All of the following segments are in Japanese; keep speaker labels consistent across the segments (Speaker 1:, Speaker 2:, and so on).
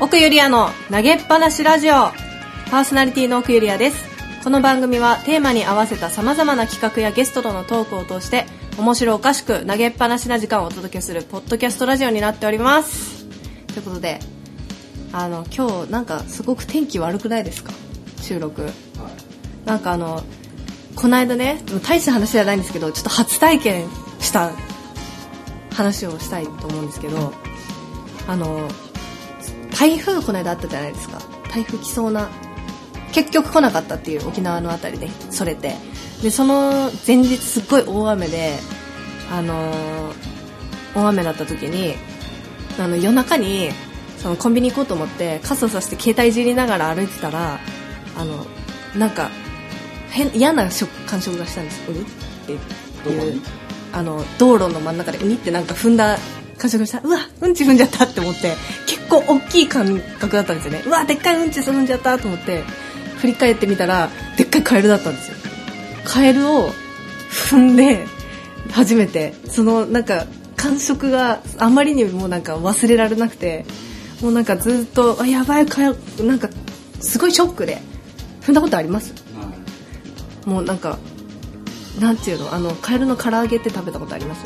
Speaker 1: 奥ゆりやの投げっぱなしラジオパーソナリティの奥ゆりやですこの番組はテーマに合わせたさまざまな企画やゲストとのトークを通して面白おかしく投げっぱなしな時間をお届けするポッドキャストラジオになっておりますということであの今日なんかすごく天気悪くないですか収録なんかあのこの間ねでも大した話じゃないんですけどちょっと初体験した話をしたいと思うんですけどあの台風がこの間あったじゃないですか台風来そうな結局来なかったっていう沖縄の辺りでそれてでその前日すっごい大雨であのー大雨だった時にあの夜中にそのコンビニ行こうと思って傘さして携帯いじりながら歩いてたらあのなんか変嫌な食感触がしたんですうにって
Speaker 2: どこ
Speaker 1: いう
Speaker 2: に
Speaker 1: あの道路の真ん中でうにってなんか踏んだ感触がしたうわうんち踏んじゃったって思って結構大きい感覚だったんですよねうわでっかいうんち踏んじゃったと思って振り返ってみたらでっかいカエルだったんですよカエルを踏んで初めてそのなんか感触があまりにもなんか忘れられなくてもうなんかずっとあやばいかよなんかすごいショックで踏んだことありますもうなんかなんていうのあのカエルの唐揚げって食べたことあります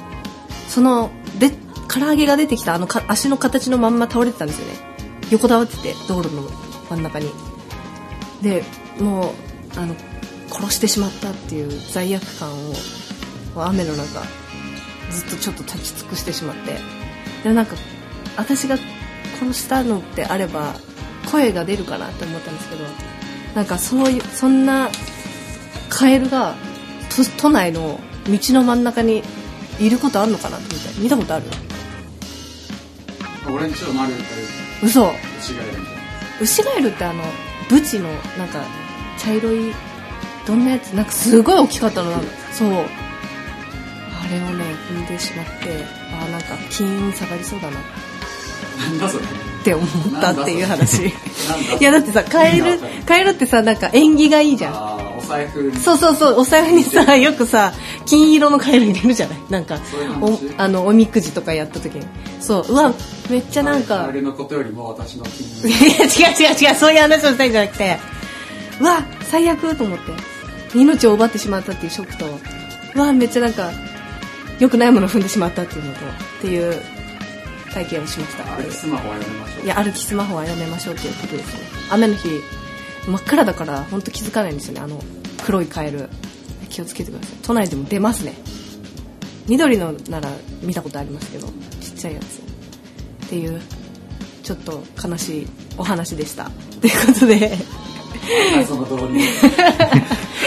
Speaker 1: そので唐揚げが出てきたあのか足の形のまんま倒れてたんですよね横たわってて道路の真ん中にでもうあの殺してしまったっていう罪悪感を雨の中ずっとちょっと立ち尽くしてしまってでなんか私が殺したのってあれば声が出るかなって思ったんですけどなんかそういうそんなカエルが都都内の道の真ん中にいることあるのかなって思って見たことある
Speaker 2: 俺んちの周りだったら
Speaker 1: 嘘
Speaker 2: 牛がいるみたい
Speaker 1: ウシガエルってあのブチのなんか茶色いどんなやつなんかすごい大きかったのなんかそうあれをね踏んでしまってあーなんか金運下がりそうだなっ
Speaker 2: ななんだそれ
Speaker 1: て思ったっていう話い
Speaker 2: なんだ
Speaker 1: やだってさカエルカエルってさなんか縁起がいいじゃん
Speaker 2: あーお財布に
Speaker 1: そうそうそうお財布にさよくさ金色のカエル入れるじゃないなんか
Speaker 2: そういう
Speaker 1: お
Speaker 2: 話
Speaker 1: あのおみくじとかやった時にそううわめっちゃなん
Speaker 2: あ
Speaker 1: か
Speaker 2: れのことよりも私の金
Speaker 1: い や 違う違う違うそういう話をしたいんじゃなくてうわ最悪と思って命を奪ってしまったっていうショックとうわめっちゃなんか良くないものを踏んでしまったっていうのとっていう体験をしました
Speaker 2: あれスマホはやめましょう
Speaker 1: いや歩きスマホはやめましょうっていうことですね雨の日真っ暗だから本当気づかないんですよねあの黒いカエル気をつけてください都内でも出ますね緑のなら見たことありますけどちっちゃいやつっていうちょっと悲しいお話でしたということで
Speaker 2: その通り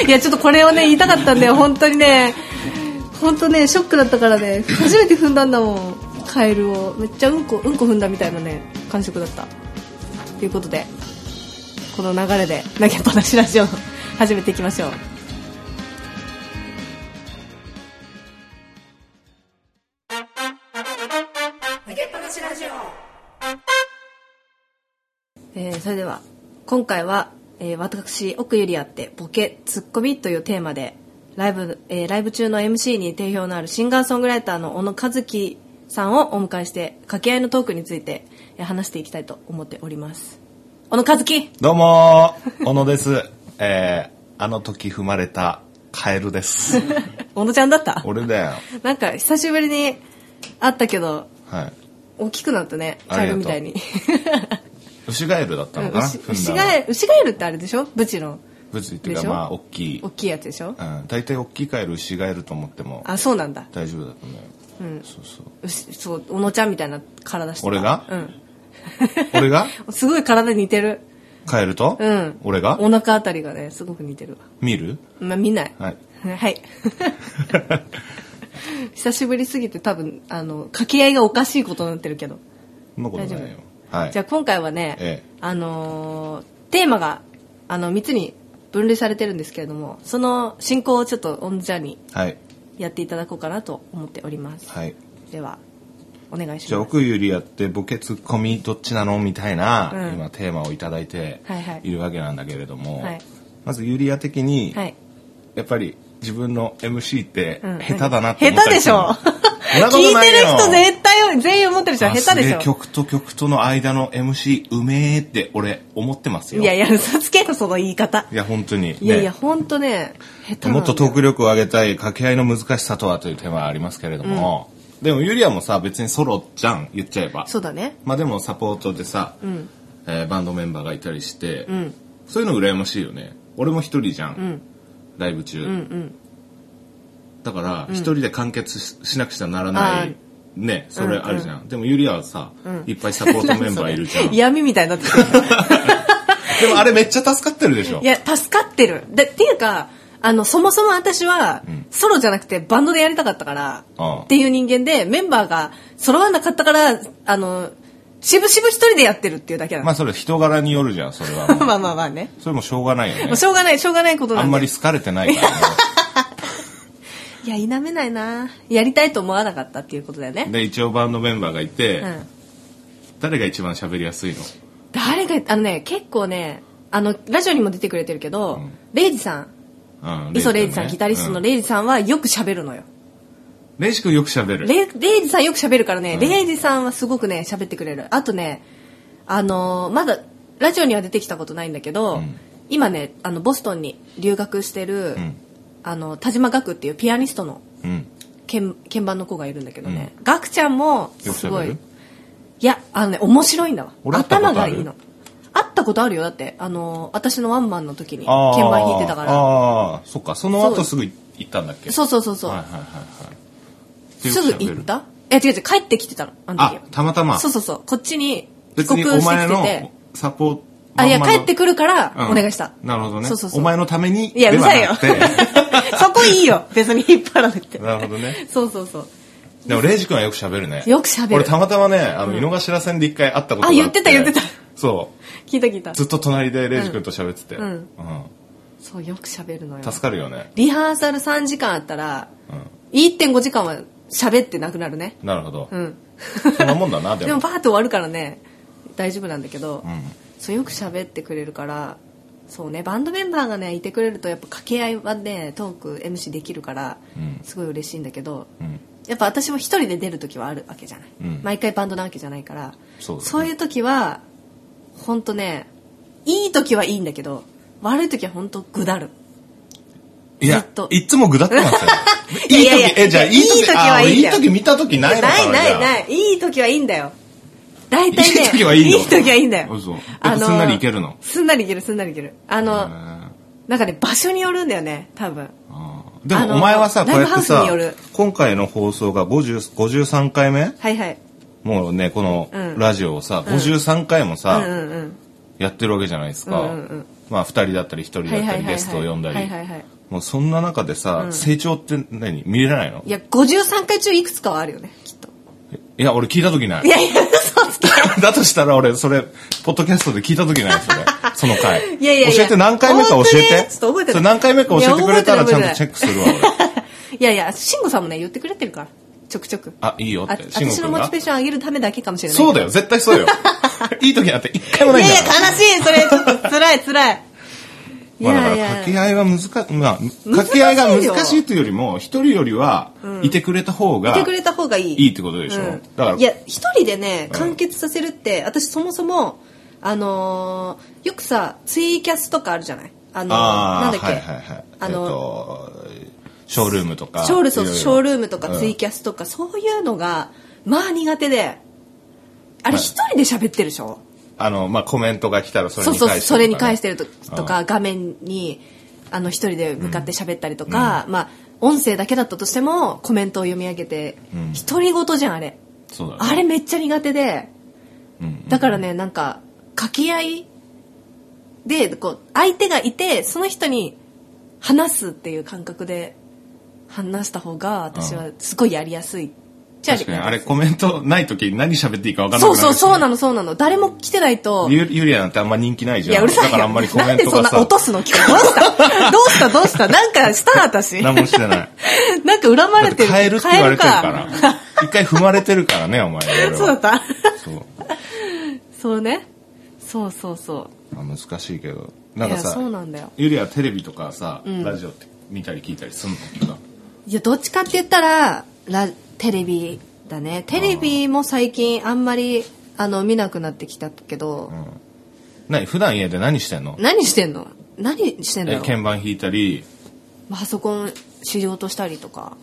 Speaker 1: いやちょっとこれをね言いたかったんで本当にね本当ねショックだったからね初めて踏んだんだもんカエルをめっちゃうんこうんこ踏んだみたいなね感触だったということでこの流れで投げっぱなしラジオ始めていきましょうえーそれでは今回は、えー私奥ゆりあってボケツッコミというテーマでライブ、えーライブ中の MC に定評のあるシンガーソングライターの小野和樹さんをお迎えして掛け合いのトークについて、えー話していきたいと思っております小野和 樹
Speaker 3: どうもー、小野です。えー、あの時踏まれたカエルです。
Speaker 1: 小野ちゃんだった
Speaker 3: 俺だよ。
Speaker 1: なんか久しぶりに会ったけど
Speaker 3: はい。
Speaker 1: 大きくなったねカ
Speaker 3: あ
Speaker 1: エ
Speaker 3: り
Speaker 1: ル
Speaker 3: がとう
Speaker 1: みたいに
Speaker 3: 牛ガエルだったのかな
Speaker 1: 牛
Speaker 3: 踏
Speaker 1: 牛
Speaker 3: んだ
Speaker 1: ガ
Speaker 3: の
Speaker 1: エル牛ガエルってあれでしょブチの
Speaker 3: ぶつっていう
Speaker 1: でし
Speaker 3: か、
Speaker 1: ょ
Speaker 3: まあ、大きい。
Speaker 1: 大きいやつでしょ
Speaker 3: うん。大体大きいカエル、牛ガエルと思っても
Speaker 1: あそうなんだ
Speaker 3: 大丈夫だったんだよ。
Speaker 1: うん
Speaker 3: そうそう。
Speaker 1: 牛そう小野ちゃんみたいな体してた
Speaker 3: 俺が
Speaker 1: うん
Speaker 3: 俺が
Speaker 1: すごい体似てる。
Speaker 3: カエルと
Speaker 1: うん。
Speaker 3: 俺が
Speaker 1: お腹あたりがね、すごく似てるわ。
Speaker 3: 見る
Speaker 1: まあ、見ない。
Speaker 3: はい。
Speaker 1: はい。 久しぶりすぎて多分、あの、掛け合いがおかしいことになってるけど。
Speaker 3: そんなことないよ
Speaker 1: 大丈。
Speaker 3: はい。
Speaker 1: じゃあ今回はね、
Speaker 3: ええ
Speaker 1: あのーテーマが、あの、3つに分類されてるんですけれども、その進行をちょっとオンジャーに
Speaker 3: はい。
Speaker 1: やっていただこうかなと思っております。
Speaker 3: はい。
Speaker 1: では、お願いし
Speaker 3: じゃあ
Speaker 1: ます。
Speaker 3: 奥ゆりやってボケツッコミどっちなのみたいな、
Speaker 1: うん
Speaker 3: 今テーマをいただいて
Speaker 1: はいはい
Speaker 3: いるわけなんだけれども、
Speaker 1: はい
Speaker 3: まずゆりや的に、
Speaker 1: はい。
Speaker 3: やっぱり自分の MC って
Speaker 1: うん
Speaker 3: 下手だなって思っ
Speaker 1: 下
Speaker 3: た
Speaker 1: 手で
Speaker 3: り
Speaker 1: し
Speaker 3: する
Speaker 1: ょ
Speaker 3: ん なこ
Speaker 1: 聞い
Speaker 3: とな
Speaker 1: て
Speaker 3: い
Speaker 1: る
Speaker 3: よ
Speaker 1: 人絶対全員思ってるじゃん
Speaker 3: あ
Speaker 1: 下手でし
Speaker 3: すげえ
Speaker 1: ょ
Speaker 3: 曲と曲との間の MC うめえって俺思ってますよ。
Speaker 1: いやいや嘘つけよその言い方
Speaker 3: いや本当に、ね。
Speaker 1: いやいやほんとね下手なんだよ
Speaker 3: もっとトーク力を上げたい掛け合いの難しさとはというテーマはありますけれども、でもユリアもさ別にソロじゃん言っちゃえば
Speaker 1: そうだね
Speaker 3: まあでもサポートでさ、
Speaker 1: ん
Speaker 3: えーバンドメンバーがいたりして、
Speaker 1: ん
Speaker 3: そういうの羨ましいよね俺も一人じゃん、
Speaker 1: ん
Speaker 3: ライブ中、
Speaker 1: うんうん
Speaker 3: だから一人で完結ししなくちゃなら
Speaker 1: あ
Speaker 3: な
Speaker 1: ー
Speaker 3: いねそれあるじゃん、でもユリアはさ、いっぱいサポートメンバーいるじゃんで
Speaker 1: 闇み たいにな ってる
Speaker 3: もあれめっちゃ助かってるでしょ
Speaker 1: いや助かってるでっていうかあのそもそも私は、ソロじゃなくてバンドでやりたかったから
Speaker 3: ああ
Speaker 1: っていう人間でメンバーが揃わなかったからあのしぶしぶ一人でやってるっていうだけなの、
Speaker 3: まあそれ人柄によるじゃんそれはもう
Speaker 1: まあまあまあね
Speaker 3: それもしょうが ない
Speaker 1: もう
Speaker 3: よね
Speaker 1: しょうがないしょうがないことなん
Speaker 3: あ
Speaker 1: で
Speaker 3: んまり好かれてないからね
Speaker 1: いや否めないなやりたいと思わなかったっていうことだよね、
Speaker 3: で一応バンドメンバーがいて、
Speaker 1: うん、
Speaker 3: 誰が一番喋りやすいの
Speaker 1: 誰があのね結構ねあのラジオにも出てくれてるけど、
Speaker 3: うん
Speaker 1: レイジさん
Speaker 3: うん
Speaker 1: 磯レイジさん、
Speaker 3: ね
Speaker 1: ギタリストの
Speaker 3: うん
Speaker 1: レイジさんはよく喋るのよ、
Speaker 3: レイジ君よく喋る
Speaker 1: レイレイジさんよく喋るからね、
Speaker 3: ん
Speaker 1: レイジさんはすごくね喋ってくれるあとねあのーまだラジオには出てきたことないんだけど、
Speaker 3: うん
Speaker 1: 今ねあのボストンに留学してる、
Speaker 3: うん
Speaker 1: あの田島岳っていうピアニストの
Speaker 3: うん
Speaker 1: 鍵鍵盤の子がいるんだけどね、岳ちゃんも
Speaker 3: よく
Speaker 1: す
Speaker 3: 喋
Speaker 1: ごい
Speaker 3: る
Speaker 1: いやあのね面白いんだわ
Speaker 3: 俺会ったことあ
Speaker 1: 頭
Speaker 3: る
Speaker 1: がいいの会ったことあるよだってあのー私のワンマンの時に
Speaker 3: あー
Speaker 1: 鍵盤弾いてたから
Speaker 3: ああそっかその
Speaker 1: そ
Speaker 3: 後
Speaker 1: う
Speaker 3: すぐ行ったんだっけ
Speaker 1: そうそうそうそう、
Speaker 3: はいはいはいはい
Speaker 1: すぐ行ったいや違う違う帰ってきてたのあの時
Speaker 3: あたまたま
Speaker 1: そうそうそうこっちに帰
Speaker 3: 別
Speaker 1: 国
Speaker 3: に
Speaker 1: して
Speaker 3: お
Speaker 1: きて
Speaker 3: 前の
Speaker 1: て
Speaker 3: サポート
Speaker 1: あいや
Speaker 3: まんまの
Speaker 1: 帰ってくるから
Speaker 3: うん
Speaker 1: お願いした、
Speaker 3: なるほどね
Speaker 1: そうそうそう
Speaker 3: お前のために
Speaker 1: いやう
Speaker 3: では
Speaker 1: ざいよ
Speaker 3: な
Speaker 1: そ
Speaker 3: くて
Speaker 1: こいいよ別に引っ張らなくて
Speaker 3: なるほどね
Speaker 1: そうそうそう
Speaker 3: でもレイジ君はよく喋るね
Speaker 1: よく喋る
Speaker 3: 俺たまたまねあの井の頭線で一回会ったことがあ
Speaker 1: あ言ってた言ってた
Speaker 3: そう
Speaker 1: 聞いた聞いた
Speaker 3: ずっと隣でレイジ君と喋ってて、
Speaker 1: うん
Speaker 3: う
Speaker 1: そうよく喋るのよ
Speaker 3: ん助かるよね、
Speaker 1: リハーサル3時間あったら
Speaker 3: う
Speaker 1: 1.5時間は喋ってなくなるね
Speaker 3: ん、なるほど、
Speaker 1: うん
Speaker 3: そんなもん だなで
Speaker 1: で
Speaker 3: も
Speaker 1: もバーって終わるからね大丈夫なんだけど、
Speaker 3: うん、
Speaker 1: そうよく喋ってくれるからそうねバンドメンバーがねいてくれるとやっぱ掛け合いはねトーク MC できるから、
Speaker 3: うん
Speaker 1: すごい嬉しいんだけど、
Speaker 3: うん
Speaker 1: やっぱ私も一人で出る時はあるわけじゃない、
Speaker 3: うん
Speaker 1: 毎回バンドなわけじゃないから
Speaker 3: そうだね
Speaker 1: いう時は本当ねいい時はいいんだけど悪い時は本当ぐだる
Speaker 3: い
Speaker 1: ず
Speaker 3: や
Speaker 1: っと
Speaker 3: いつもぐだってますよ
Speaker 1: いや
Speaker 3: いい
Speaker 1: いやい
Speaker 3: 時
Speaker 1: や
Speaker 3: えじゃあいい
Speaker 1: いい
Speaker 3: 時
Speaker 1: 時
Speaker 3: あ
Speaker 1: はい
Speaker 3: 俺
Speaker 1: いん
Speaker 3: いい
Speaker 1: だよ
Speaker 3: 時見た時ないのか
Speaker 1: ないないないいいい時はいいんだよ大体ね
Speaker 3: いい時はいいの
Speaker 1: 時はいいんだよ
Speaker 3: 嘘やっぱすんなりいけるの
Speaker 1: すんなりいけるすんなりいけるあ
Speaker 3: じゃ
Speaker 1: の、
Speaker 3: あ
Speaker 1: なんかね場所によるんだよね多分
Speaker 3: へーあーで
Speaker 1: あの
Speaker 3: もお前はさこうやって
Speaker 1: ライ
Speaker 3: さ
Speaker 1: ブハウスによる
Speaker 3: 今回の放送が50 53回目
Speaker 1: はいはい
Speaker 3: もうねこの
Speaker 1: うん
Speaker 3: ラジオをさ、53回もさ、
Speaker 1: うんうんうん
Speaker 3: やってるわけじゃないですか、
Speaker 1: うんうんうん
Speaker 3: まあ2人だったり1人だ
Speaker 1: はい
Speaker 3: っ
Speaker 1: は
Speaker 3: た
Speaker 1: いはい
Speaker 3: り
Speaker 1: はい
Speaker 3: ゲストを呼んだり、
Speaker 1: はいはいはい
Speaker 3: もうそんな中でさ、成長って何見れないの
Speaker 1: いや53回中いくつかはあるよねきっと
Speaker 3: いや俺聞いた時ない
Speaker 1: いやいや嘘つけ
Speaker 3: だとしたら俺、それ、ポッドキャストで聞いた 時ないそれ。その回。
Speaker 1: いやいやいや
Speaker 3: 教えて、何回目か教え
Speaker 1: 本当
Speaker 3: て。
Speaker 1: ねちょっと覚えてない
Speaker 3: それ何回目か教えてくれたら
Speaker 1: い
Speaker 3: ち
Speaker 1: や
Speaker 3: ゃ
Speaker 1: 覚えて
Speaker 3: ん
Speaker 1: な
Speaker 3: と
Speaker 1: い
Speaker 3: チェックするわ、俺。
Speaker 1: いやいや慎吾さんもね言ってくれてるからちょくちょく
Speaker 3: あ、いいよっ
Speaker 1: あ
Speaker 3: て。慎吾
Speaker 1: 私の
Speaker 3: 君
Speaker 1: モチ
Speaker 3: が
Speaker 1: ベー。ション上げるためだけかもしれない
Speaker 3: そうだよ、絶 対そうよ。いい時なんて一回もない
Speaker 1: い
Speaker 3: ん
Speaker 1: や
Speaker 3: だ
Speaker 1: い
Speaker 3: か
Speaker 1: や
Speaker 3: ら。
Speaker 1: 悲しいそれちょっと辛い辛いい
Speaker 3: まあだか
Speaker 1: や
Speaker 3: ら
Speaker 1: いや
Speaker 3: 掛け合いは難か、まあ、
Speaker 1: よ
Speaker 3: 掛け合いが難しいというよりも、一人よりは、いてくれた方
Speaker 1: い
Speaker 3: が
Speaker 1: てく、れた方がいい
Speaker 3: いいってことでし
Speaker 1: う
Speaker 3: ょ
Speaker 1: ん
Speaker 3: だから
Speaker 1: いや一人でね完結させるって、私そもそもあのーよくさツイキャスとかあるじゃないあのー
Speaker 3: あ
Speaker 1: なんだ
Speaker 3: あ、
Speaker 1: っけ、
Speaker 3: はいはいはい。え
Speaker 1: あ
Speaker 3: っ
Speaker 1: の
Speaker 3: と、ショールームとか。
Speaker 1: ショールそう
Speaker 3: いろいろ
Speaker 1: ショールームとか
Speaker 3: うん
Speaker 1: ツイキャスとか、そういうのがまあ苦手であれ
Speaker 3: はい
Speaker 1: 一人で喋ってるでしょ、
Speaker 3: あの、まあ、コメントが来たらそれ
Speaker 1: そう
Speaker 3: に
Speaker 1: そう
Speaker 3: 返してとか
Speaker 1: そう
Speaker 3: ね。
Speaker 1: それに返してると
Speaker 3: うん
Speaker 1: とか画面にあの一人で向かって喋ったりとか、まあ音声だけだったとしてもコメントを読み上げて、
Speaker 3: うん
Speaker 1: 独り言じゃんあれ
Speaker 3: そうだね
Speaker 1: あれめっちゃ苦手で
Speaker 3: うん
Speaker 1: だからねなんか掛け合いでこう相手がいてその人に話すっていう感覚で話した方が私はすごいやりやすい、じゃ
Speaker 3: 確かに、あれコメントない時何喋っていいか分かんなく
Speaker 1: そ
Speaker 3: な
Speaker 1: う
Speaker 3: るし
Speaker 1: そうそうなのそうなの誰も来てないと
Speaker 3: ゆゆりやなんてあんま人気ないじ
Speaker 1: い
Speaker 3: ゃん。
Speaker 1: やうるさい
Speaker 3: だ
Speaker 1: よ
Speaker 3: からあんまりコ
Speaker 1: な
Speaker 3: メ
Speaker 1: ん
Speaker 3: ン
Speaker 1: で
Speaker 3: ト
Speaker 1: そん
Speaker 3: が
Speaker 1: な
Speaker 3: さ
Speaker 1: 落、とすの聞どうしたどうしたどうしたなんかした私
Speaker 3: 何もしてない。
Speaker 1: なんか恨ま
Speaker 3: だ
Speaker 1: れ
Speaker 3: ってて
Speaker 1: る
Speaker 3: 変えるって言われてるから
Speaker 1: 変える。
Speaker 3: 一回踏まれてるからね、お前。俺は
Speaker 1: そうだった
Speaker 3: そう
Speaker 1: そうねそうそうそう
Speaker 3: まあ難しいけど。なん
Speaker 1: い
Speaker 3: か
Speaker 1: や
Speaker 3: さ
Speaker 1: そ、うなんだよ
Speaker 3: ゆりやテレビとかさ、ラジオって見たり聞いたりすんの
Speaker 1: いやどっちかって言ったらラテレビだねテレビも最近あんまりあの見なくなってきたけど、
Speaker 3: 何普段家で何してんの
Speaker 1: 何してんの何してんだ
Speaker 3: え
Speaker 1: ろう
Speaker 3: 鍵盤弾いたり
Speaker 1: パソコンしようとしたりとか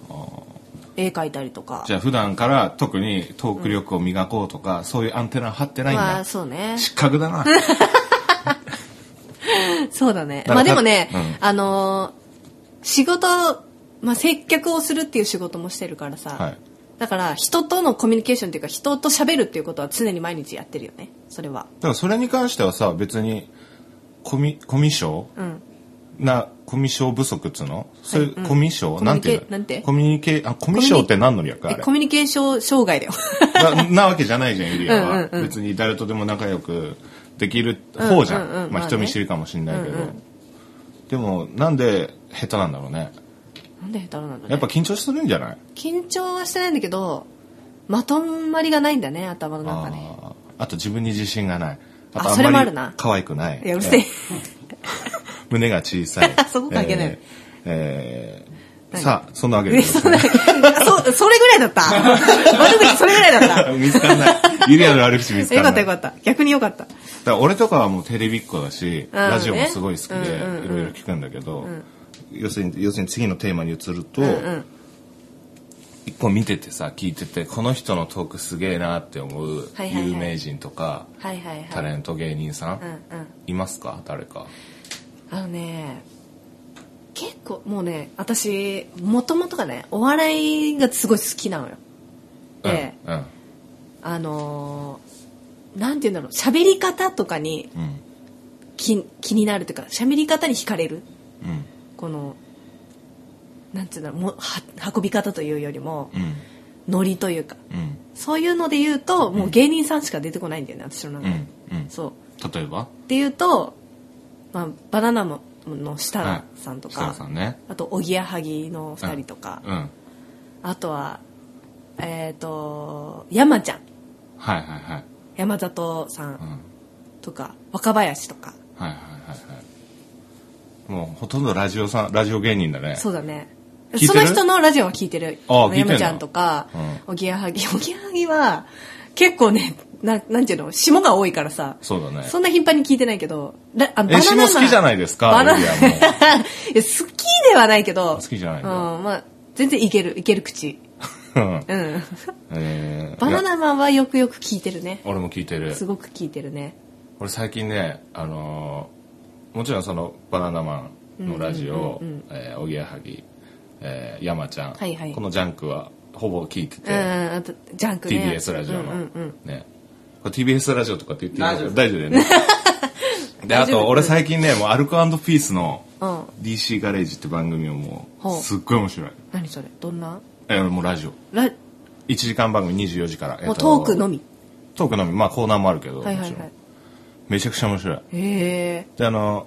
Speaker 1: 絵描いたりとか
Speaker 3: じゃあ普段から特にトーク力を磨こうとか、そういうアンテナ張ってないんだ、
Speaker 1: まあそうね
Speaker 3: 失格だな
Speaker 1: そうだね。
Speaker 3: だ
Speaker 1: まあ
Speaker 3: か
Speaker 1: で
Speaker 3: ら
Speaker 1: もね、
Speaker 3: う
Speaker 1: あのー仕事、まあ接客をするっていう仕事もしてるからさ、
Speaker 3: はい
Speaker 1: だから人とのコミュニケーションっていうか人と喋るっていうことは常に毎日やってるよね、それは。
Speaker 3: でもそれに関してはさ別にコミコミュ障
Speaker 1: うん。
Speaker 3: なコミュ障不足っつうのそういうコミュ障、
Speaker 1: コミュ
Speaker 3: なん
Speaker 1: ニ
Speaker 3: て
Speaker 1: ケ
Speaker 3: いうの
Speaker 1: なんて
Speaker 3: コミュニケあコミュ障って何の略あ
Speaker 1: え
Speaker 3: れ
Speaker 1: コミュニケーション障害だよ。
Speaker 3: ななわけじゃないじゃんユリアは、
Speaker 1: うんうんうん
Speaker 3: 別に誰とでも仲良くできる方じゃん,、
Speaker 1: うんうんうん
Speaker 3: まあ、
Speaker 1: まあね
Speaker 3: 人見知りかもしれない
Speaker 1: う
Speaker 3: けど、
Speaker 1: んう
Speaker 3: でもなんで下手なんだろうね
Speaker 1: なんで下手なんだろうね
Speaker 3: やっぱ緊張するんじゃない
Speaker 1: 緊張はしてないんだけど、まとまりがないんだね、頭の中に。
Speaker 3: あーあと自分に自信がないあ
Speaker 1: あ
Speaker 3: と
Speaker 1: それも
Speaker 3: あ
Speaker 1: あ
Speaker 3: ん
Speaker 1: る
Speaker 3: ま
Speaker 1: な
Speaker 3: り可愛くない
Speaker 1: いや、うるせえ。
Speaker 3: 胸が小さい
Speaker 1: そこ関係ない
Speaker 3: えーえー
Speaker 1: 何
Speaker 3: さあそんなわけで
Speaker 1: え
Speaker 3: す
Speaker 1: そんなそそれぐらいだった。悪口それぐらい だった。
Speaker 3: 見つかんないユリアの悪口見つかん
Speaker 1: よか
Speaker 3: ない
Speaker 1: ったよかった。逆によかった。
Speaker 3: だから俺とかはもうテレビっ子だし、
Speaker 1: うんね
Speaker 3: ラジオもすごい好きで、
Speaker 1: うんうんうん
Speaker 3: いろいろ聞くんだけど、要するに要するに次のテーマに移ると、
Speaker 1: うんうん。
Speaker 3: 一個見ててさ聞いててこの人のトークすげえなって思う
Speaker 1: はいはいはい
Speaker 3: 有名人とか、
Speaker 1: はいはいはい。
Speaker 3: タレント芸人さん、
Speaker 1: うんうん。
Speaker 3: いますか誰か
Speaker 1: あのね結構もうね私もともとがねお笑いがすごい好きなのよ
Speaker 3: うん、
Speaker 1: ええ
Speaker 3: うん
Speaker 1: あのーなんて言うんだろう喋り方とかに
Speaker 3: うん
Speaker 1: 気気になるというか喋り方に惹かれる
Speaker 3: うん
Speaker 1: このなんて言うんだろうもうは運び方というよりも
Speaker 3: うん
Speaker 1: ノリというか
Speaker 3: うん
Speaker 1: そういうので言うともう芸人さんしか出てこないんだよね私の中
Speaker 3: う
Speaker 1: で、
Speaker 3: んうん
Speaker 1: そう
Speaker 3: 例えば
Speaker 1: っていうと、まあ、バナナのの設楽さんとか、
Speaker 3: はい設楽さんね
Speaker 1: あとおぎやはぎの2人とか、
Speaker 3: うんはい
Speaker 1: あとはえっ、と山ちゃん
Speaker 3: はいはい
Speaker 1: 山里さ
Speaker 3: うん
Speaker 1: ん
Speaker 3: はい
Speaker 1: とか、若林とか
Speaker 3: はいはいはいもうほとんどラジオさんラジオ芸人だね
Speaker 1: そうだね
Speaker 3: 聞いて
Speaker 1: そ
Speaker 3: る
Speaker 1: の人のラジオは聞いてる
Speaker 3: あ聞いてんだ
Speaker 1: 山ちゃんとか、おぎやはぎおぎやはぎは結構ねななんていうの霜が多いからさ
Speaker 3: そうだね
Speaker 1: そんな頻繁に聞いてないけど、らあ
Speaker 3: え、詩も好きじゃないですか
Speaker 1: バナナ
Speaker 3: ユ
Speaker 1: い
Speaker 3: リ
Speaker 1: や
Speaker 3: ア
Speaker 1: 好
Speaker 3: も
Speaker 1: きではないけど。
Speaker 3: 好きじゃないんだ
Speaker 1: うん、まあ、全然いける、いける口。
Speaker 3: うん
Speaker 1: うん。
Speaker 3: えー
Speaker 1: バナ
Speaker 3: いや
Speaker 1: ナマンはよくよく聞いてるね。
Speaker 3: 俺も聞いてる
Speaker 1: すごく聞いてるね。
Speaker 3: 俺最近ねあのーもちろんそのバナナマンのラジオ
Speaker 1: うんうんうんうん
Speaker 3: えーおぎやはぎ、えー、山ちゃん、
Speaker 1: はいはい
Speaker 3: このジャンクはほぼ聞いて
Speaker 1: うん、
Speaker 3: て、
Speaker 1: あと、ジャンクね。
Speaker 3: TBS ラジオの、
Speaker 1: うんうんうん。
Speaker 3: ねこれ TBS ラジオとかって言っていいの
Speaker 2: 大丈夫
Speaker 3: 大丈夫だよ ねであ
Speaker 1: 大丈
Speaker 3: と
Speaker 1: 夫
Speaker 3: 俺最近ねもうアルコピースの
Speaker 1: うん
Speaker 3: DC ガレージって番組をもう
Speaker 1: ほう
Speaker 3: すっごい面白い
Speaker 1: 何それどんな
Speaker 3: えーもうラジオ
Speaker 1: ラ
Speaker 3: 1時間番組24時から、えっ
Speaker 1: も
Speaker 3: と
Speaker 1: うトークのみ。
Speaker 3: トークのみまあコーナーもあるけど、
Speaker 1: はいはい
Speaker 3: もち
Speaker 1: は
Speaker 3: ろ
Speaker 1: い
Speaker 3: ん。めちゃくちゃ面白い
Speaker 1: へえ。
Speaker 3: であの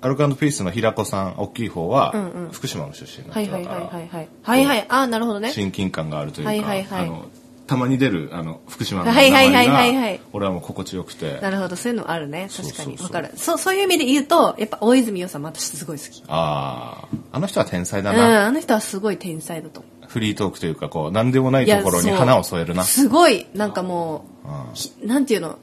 Speaker 3: アルコピースの平子さん大きい方は、
Speaker 1: うんうん
Speaker 3: 福島の出身の
Speaker 1: はい
Speaker 3: 人
Speaker 1: はい
Speaker 3: だ
Speaker 1: は
Speaker 3: か
Speaker 1: い
Speaker 3: ら、
Speaker 1: はいはい。はいはい。ああ、なるほどね。
Speaker 3: 親近感があるというか、
Speaker 1: はいはいはい
Speaker 3: あのたまに出るあの福島の名
Speaker 1: は
Speaker 3: 前
Speaker 1: い
Speaker 3: が、
Speaker 1: はいはいはいはい
Speaker 3: 俺はもう心地よくて
Speaker 1: なるほど、そういうのあるね。
Speaker 3: そうそう
Speaker 1: 確
Speaker 3: そ
Speaker 1: か
Speaker 3: う
Speaker 1: に。わかる。そう、そういう意味で言うと、やっぱ大泉洋さんも私すごい好き。
Speaker 3: あああの人は天才だ
Speaker 1: うん、
Speaker 3: な、
Speaker 1: あの人はすごい天才だと思う。
Speaker 3: フリートークというかこう何でもない
Speaker 1: いや
Speaker 3: ところに
Speaker 1: そう
Speaker 3: 花を添えるな
Speaker 1: すごい、なんかもう、ひなんていうの、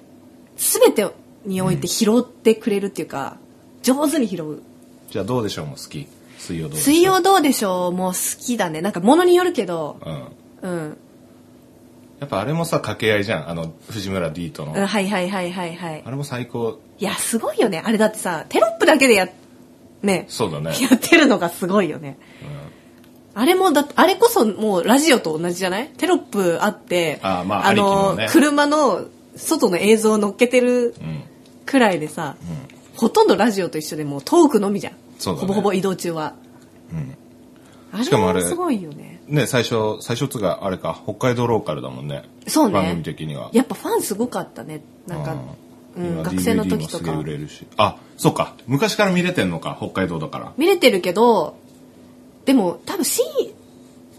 Speaker 1: すべてにおいて拾ってくれるっていうか、上手に拾う。
Speaker 3: じゃあどうでしょうも好き水曜どうでしょう
Speaker 1: 水曜どうでしょうもう好きだね。なんか物によるけど、
Speaker 3: うん
Speaker 1: うん。
Speaker 3: やっぱあれもさ掛け合いじゃんあの藤村 D との、
Speaker 1: うんはいはいはいはいはい
Speaker 3: あ。れも最高
Speaker 1: いや、すごいよね。あれだってさ、テロップだけでや、ね、
Speaker 3: そうだね
Speaker 1: やってるのがすごいよね。あれもだって、あれこそもうラジオと同じじゃないテロップあって、
Speaker 3: あま
Speaker 1: の、
Speaker 3: あありきのね
Speaker 1: 車の外の映像を乗っけてる
Speaker 3: うん
Speaker 1: くらいでさ、ほとんどラジオと一緒でもうトークのみじゃん、
Speaker 3: そうだね
Speaker 1: ほぼほぼ移動中は、あ
Speaker 3: しかもあ
Speaker 1: れ
Speaker 3: れ
Speaker 1: はすごいよね
Speaker 3: ね、最初、最初っつうか、あれか、北海道ローカルだもんね。
Speaker 1: そうね
Speaker 3: 番組的には。
Speaker 1: やっぱファンすごかったねなんか、
Speaker 3: う
Speaker 1: うんん、
Speaker 3: 今
Speaker 1: 学生の
Speaker 3: DVD
Speaker 1: 時
Speaker 3: も
Speaker 1: と
Speaker 3: すげえ
Speaker 1: か
Speaker 3: 売れるし。あ、そうか。昔から見れてんのか、北海道だから。
Speaker 1: 見れてるけどでも多分深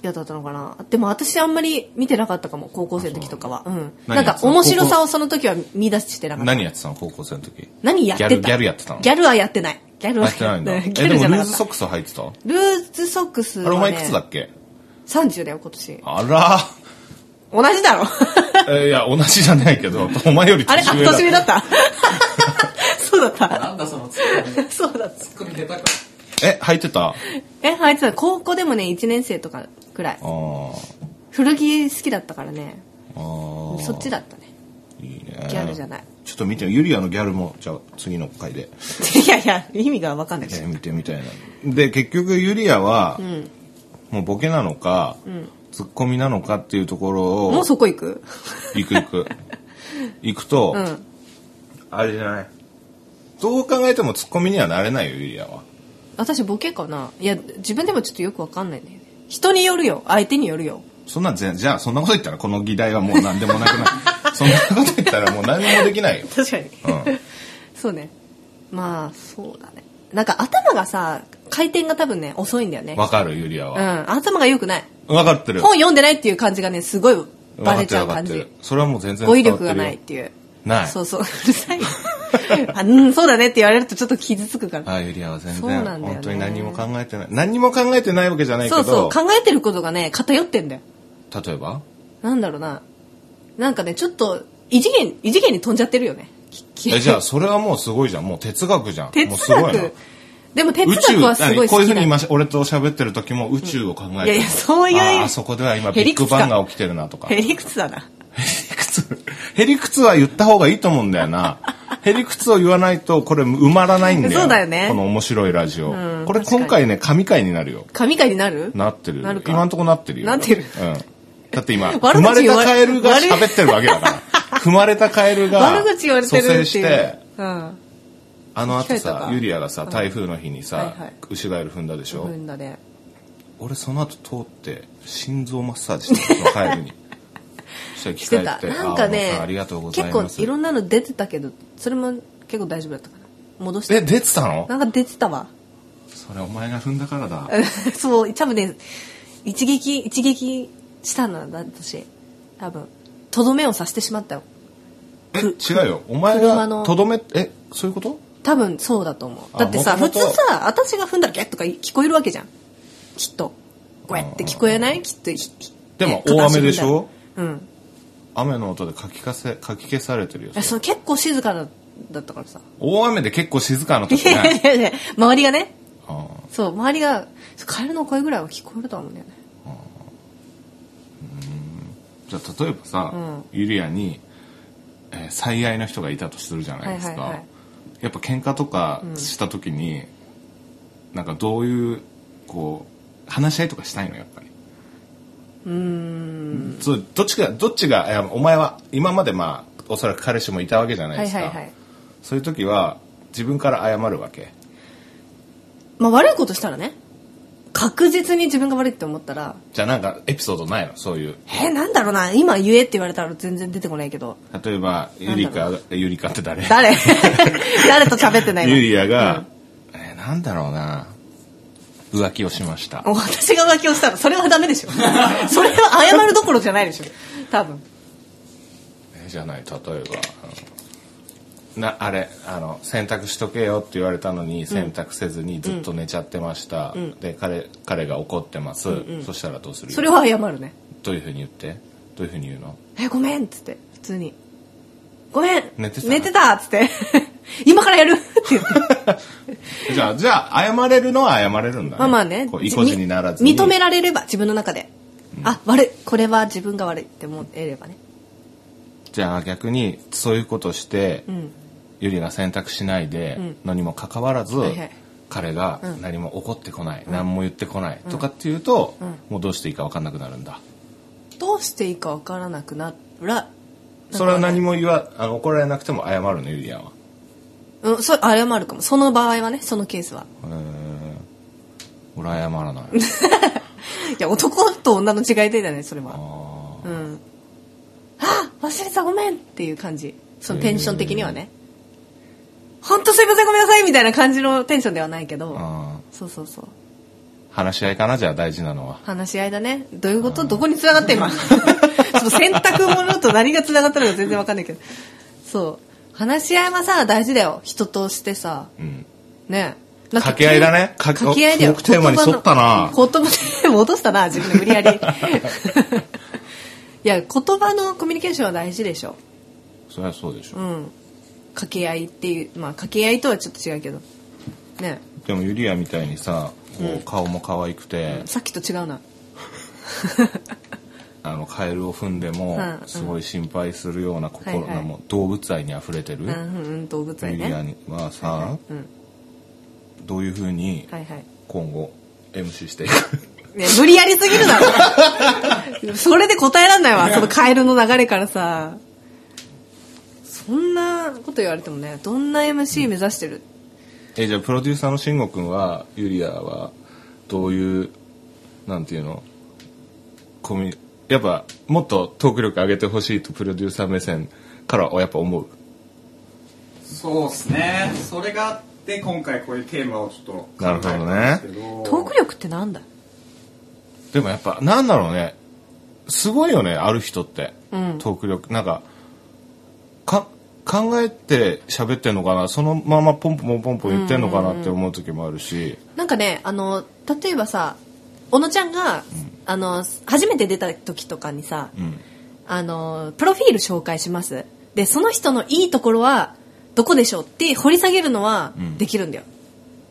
Speaker 1: 夜だったのかなでも私あんまり見てなかったかも高校生の時とかはう、ん、
Speaker 3: 何や
Speaker 1: なん
Speaker 3: ってた
Speaker 1: か面白さをその時は見出してなかった
Speaker 3: 何やってたの高校生の時。
Speaker 1: 何やってた
Speaker 3: ギャルギャルやってたの
Speaker 1: ギャルはやってないギャル
Speaker 3: や
Speaker 1: は
Speaker 3: ってないんだ。え、
Speaker 1: ギャ
Speaker 3: で
Speaker 1: ルじ
Speaker 3: も
Speaker 1: ゃな
Speaker 3: ル
Speaker 1: か
Speaker 3: ー
Speaker 1: っ
Speaker 3: ズ
Speaker 1: た
Speaker 3: ソックスは履いてたあ
Speaker 1: ルーズソックスは、
Speaker 3: れ
Speaker 1: ね、
Speaker 3: お前いくつだっけ
Speaker 1: 30だよ今年
Speaker 3: あら
Speaker 1: 同じだろ
Speaker 3: えいや、同じじゃないけど、お前より
Speaker 1: あれあ
Speaker 3: 年上だ。
Speaker 1: 年上だった そうだった
Speaker 2: なんだそのツッコミ。
Speaker 1: そうだった
Speaker 2: ツッコミ下手か。
Speaker 3: え、履いてたあ
Speaker 1: えあいつは高校でもね1年生とかくらい
Speaker 3: ー
Speaker 1: 古着好きだったからね
Speaker 3: あー。
Speaker 1: そっちだったね
Speaker 3: いいね。
Speaker 1: ギャルじゃない。
Speaker 3: ちょっと見て、ユリアのギャルも、じゃあ次の回で。
Speaker 1: いやいや意味が分かんないし
Speaker 3: えー見てみたいな。で、結局ユリアは、もうボケなのか、ツッコミなのかっていうところを、
Speaker 1: もうそこ行く
Speaker 3: 行く行 く。行くと、
Speaker 1: うん
Speaker 3: あれじゃない。どう考えてもツッコミにはなれないよ、ユリアは。
Speaker 1: 私ボケかないや自分でもちょっとよく分かんないんだよね人によるよ相手によるよ
Speaker 3: そんなんぜんじゃあそんなこと言ったらこの議題はもう何でもなくなる。 そんなこと言ったらもう何もできないよ。
Speaker 1: 確かに、
Speaker 3: うん
Speaker 1: そうねまあそうだねなんか頭がさ回転が多分ね遅いんだよね
Speaker 3: わかる、ユリア
Speaker 1: う
Speaker 3: は。
Speaker 1: ん頭が良くない
Speaker 3: わかってる。
Speaker 1: 本読んでないっていう感じがねすごい
Speaker 3: わ
Speaker 1: バ
Speaker 3: か
Speaker 1: レ
Speaker 3: って
Speaker 1: ち
Speaker 3: る
Speaker 1: ゃう
Speaker 3: わかっ
Speaker 1: 感
Speaker 3: てる
Speaker 1: じ。
Speaker 3: それはもう全然
Speaker 1: 語彙
Speaker 3: 伝わっ
Speaker 1: 力
Speaker 3: てる
Speaker 1: が
Speaker 3: よ
Speaker 1: ないっ。ていう
Speaker 3: ない
Speaker 1: そうそううるさい あうんそうだねって言われるとちょっと傷つくから、
Speaker 3: ああ、ユリアは全
Speaker 1: そうなんだよ
Speaker 3: 然、
Speaker 1: ね
Speaker 3: 本当に何も考えてない。何も考えてないわけじゃないけ
Speaker 1: そうそう
Speaker 3: ど、
Speaker 1: 考えてることがね偏ってんだよ
Speaker 3: 例えば
Speaker 1: なんだろうななんかねちょっと異次元異次元に飛んじゃってるよねき
Speaker 3: え、じゃあそれはもうすごいじゃん。もう哲学じゃん。もう
Speaker 1: 哲
Speaker 3: すごいな
Speaker 1: 学。でも哲
Speaker 3: 宇宙
Speaker 1: 学はすごい
Speaker 3: 何こう
Speaker 1: 好
Speaker 3: いうふ
Speaker 1: き
Speaker 3: うに
Speaker 1: だ
Speaker 3: 今俺と喋ってる時も宇宙を考えてる、
Speaker 1: いやいやそういう
Speaker 3: ああそこでは今ビ
Speaker 1: へり
Speaker 3: ッ
Speaker 1: く
Speaker 3: グ
Speaker 1: つか
Speaker 3: バンが起きてるなとか
Speaker 1: へりくつだな
Speaker 3: へりくつへりくつは言った方がいいと思うんだよ なへりくつを言わないとこれ埋まらないんだよ
Speaker 1: そうだよね
Speaker 3: この面白いラジオ、
Speaker 1: うん
Speaker 3: これ
Speaker 1: 確かに
Speaker 3: 今回ね神回になるよ
Speaker 1: 神回になる
Speaker 3: なってる
Speaker 1: なるか
Speaker 3: 今んとこなってるよ
Speaker 1: なってる
Speaker 3: うんだって今、
Speaker 1: 悪口
Speaker 3: 踏まれたカエルが
Speaker 1: 言われ
Speaker 3: 喋ってるわけ だから。踏まれたカエルが、
Speaker 1: 悪口言われてる
Speaker 3: 蘇
Speaker 1: っ
Speaker 3: 生
Speaker 1: て
Speaker 3: し
Speaker 1: いう
Speaker 3: て、
Speaker 1: うん
Speaker 3: あの後
Speaker 1: 聞こえた
Speaker 3: さ
Speaker 1: か、
Speaker 3: ユリアがさ、台風の日に
Speaker 1: はい
Speaker 3: さ
Speaker 1: はい、
Speaker 3: 牛ガエル踏んだでしょ
Speaker 1: 踏んだね
Speaker 3: 俺その後通って心臓マッサージしてたの帰り にそし
Speaker 1: したてた
Speaker 3: ら聞かれて
Speaker 1: なんか
Speaker 3: あお
Speaker 1: ね
Speaker 3: 母さんありがとうござ
Speaker 1: 結
Speaker 3: い
Speaker 1: 構
Speaker 3: ます
Speaker 1: いろんなの出てたけどそれも結構大丈夫だったかな戻し
Speaker 3: え
Speaker 1: て
Speaker 3: 出てたの
Speaker 1: なんか出てたわ
Speaker 3: それお前が踏んだからだ
Speaker 1: そう多分ね一撃一撃したんだな私多分とどめを刺してしまったよ
Speaker 3: え違うよお前
Speaker 1: 車
Speaker 3: が
Speaker 1: の
Speaker 3: とどめえそういうこと
Speaker 1: 多分そうだと思う
Speaker 3: あ
Speaker 1: だってさ普
Speaker 3: 元
Speaker 1: 通
Speaker 3: 々
Speaker 1: さ私が踏んだらギャッとか聞こえるわけじゃんきっとこうやって聞こえないきっとひひ
Speaker 3: でも
Speaker 1: 片足
Speaker 3: 大雨でしょ
Speaker 1: 踏んだらうん
Speaker 3: 雨の音でかきかせかき消されてるよ
Speaker 1: いやそう結構静かだだった からさ
Speaker 3: 大雨で結構静かない時
Speaker 1: や
Speaker 3: ね
Speaker 1: いやいや周りがね
Speaker 3: あ
Speaker 1: そう周りがそうカエルの声ぐらいは聞こえるとは思うんだよね
Speaker 3: ーじゃあ例えばさ、
Speaker 1: うん
Speaker 3: ユリアに、えー最愛の人がいたとするじゃないです
Speaker 1: は
Speaker 3: か、
Speaker 1: いはいはい
Speaker 3: やっぱ喧嘩とかした時に、なんかどういうこう話し合いとかしたいのやっぱりうんそうどっちがどっちがいやお前は今までまあおそらく彼氏もいたわけじゃない
Speaker 1: は
Speaker 3: で
Speaker 1: い
Speaker 3: すか、
Speaker 1: はいはい
Speaker 3: そういう時は自分から謝るわけ
Speaker 1: まあ悪いことしたらね確実に自分が悪いって思ったら
Speaker 3: じゃあなんかエピソードないのそういう
Speaker 1: えなんだろうな今言えって言われたら全然出てこないけど
Speaker 3: 例えばユリカユリカって誰
Speaker 1: 誰 誰と喋ってないの
Speaker 3: ユリアが、えーなんだろうな浮気をしました
Speaker 1: お私が浮気をしたらそれはダメで しょそれは謝るどころじゃないでしょ多分
Speaker 3: えーじゃない例えばあのなあれあの洗濯しとけよって言われたのに洗濯せずにずっと寝ちゃってました、で彼彼が怒ってます、そしたらどうする
Speaker 1: それは謝るね
Speaker 3: どういうふうに言ってどういうふうに言うの
Speaker 1: えごめんっつって普通にごめん
Speaker 3: 寝てた
Speaker 1: っつって 今からやるって言って
Speaker 3: じゃあじゃあ謝れるのは謝れるんだね
Speaker 1: まあまあね
Speaker 3: こう意固地にならずに
Speaker 1: み認められれば自分の中で、あ悪いこれは自分が悪いって思えればね
Speaker 3: じゃあ逆にそういうことして、
Speaker 1: ん
Speaker 3: ユリが選択しないで
Speaker 1: ん
Speaker 3: のにもかかわらず、
Speaker 1: はいはい
Speaker 3: 彼が何も怒ってこない、何も言ってこない、とかっていうと、
Speaker 1: ん
Speaker 3: もうどうしていいか分かんなくなるんだ、
Speaker 1: どうしていいかわからなくなら
Speaker 3: それは何も言わあの怒られなくても謝るのユリアは
Speaker 1: うん、そう謝るかもその場合はねそのケースは
Speaker 3: へー俺謝らない
Speaker 1: いや男と女の違いでだねそれは
Speaker 3: あ
Speaker 1: うんあ忘れたごめんっていう感じそのテンション的にはね本当すいませんごめんなさいみたいな感じのテンションではないけ
Speaker 3: ー
Speaker 1: ど
Speaker 3: あ
Speaker 1: そうそうそう
Speaker 3: ー話し合いかなじゃあ大事なのは
Speaker 1: 話し合いだねどういうことどこに繋がって 今その洗濯物と何が繋がったのか全然わかんないけどそう話し合いはさ大事だよ人としてさ
Speaker 3: うん
Speaker 1: ねなん
Speaker 3: 掛け合いだねか
Speaker 1: 掛け合いだよ。
Speaker 3: トークテーマに沿ったな
Speaker 1: 言葉の言葉で戻したな、自分で無理やり。い や、言葉のコミュニケーションは大事でしょ。
Speaker 3: そりゃそうでしょ、
Speaker 1: うん。掛け合いっていう、まあ掛け合いとはちょっと違うけど。ね
Speaker 3: でもユリアみたいにさこう顔も可愛くて、
Speaker 1: さっきと違うな。
Speaker 3: あのカエルを踏んでも
Speaker 1: うんうん
Speaker 3: すごい心配するような心、
Speaker 1: はいはい
Speaker 3: もう動物愛にあふれてる、
Speaker 1: うん、うんうん、動物
Speaker 3: ユ
Speaker 1: 愛
Speaker 3: リア
Speaker 1: ね。
Speaker 3: にはさ、
Speaker 1: うん。
Speaker 3: どういうふうに
Speaker 1: はいはい。
Speaker 3: 今後 MC していく
Speaker 1: ね、無理やりすぎるだろ。それで答えらんないわ、そのカエルの流れからさ。そんなこと言われてもね、どんな MC 目指してる、
Speaker 3: えじゃあプロデューサーの慎吾君はユリアはどういうなんていうのコミュやっぱもっとトーク力上げてほしいとプロデューサー目線からはやっぱ思う
Speaker 2: そうですね。それがあって、今回こういうテーマをちょっと考え
Speaker 3: なるほどね
Speaker 2: たんですけど
Speaker 1: トーク力ってなんだ
Speaker 3: でもやっぱなんだろうねすごいよねある人って、
Speaker 1: うん
Speaker 3: トーク力なんかか考えて喋ってんのかなそのままポンポンポンポン言ってんのかなって思う時もあるし、
Speaker 1: なんかね、あの、例えばさ、小野ちゃんが、あの、初めて出た時とかにさ、
Speaker 3: うん
Speaker 1: あの、プロフィール紹介します。で、その人のいいところは、どこでしょうって掘り下げるのは
Speaker 3: うん
Speaker 1: できるんだよ。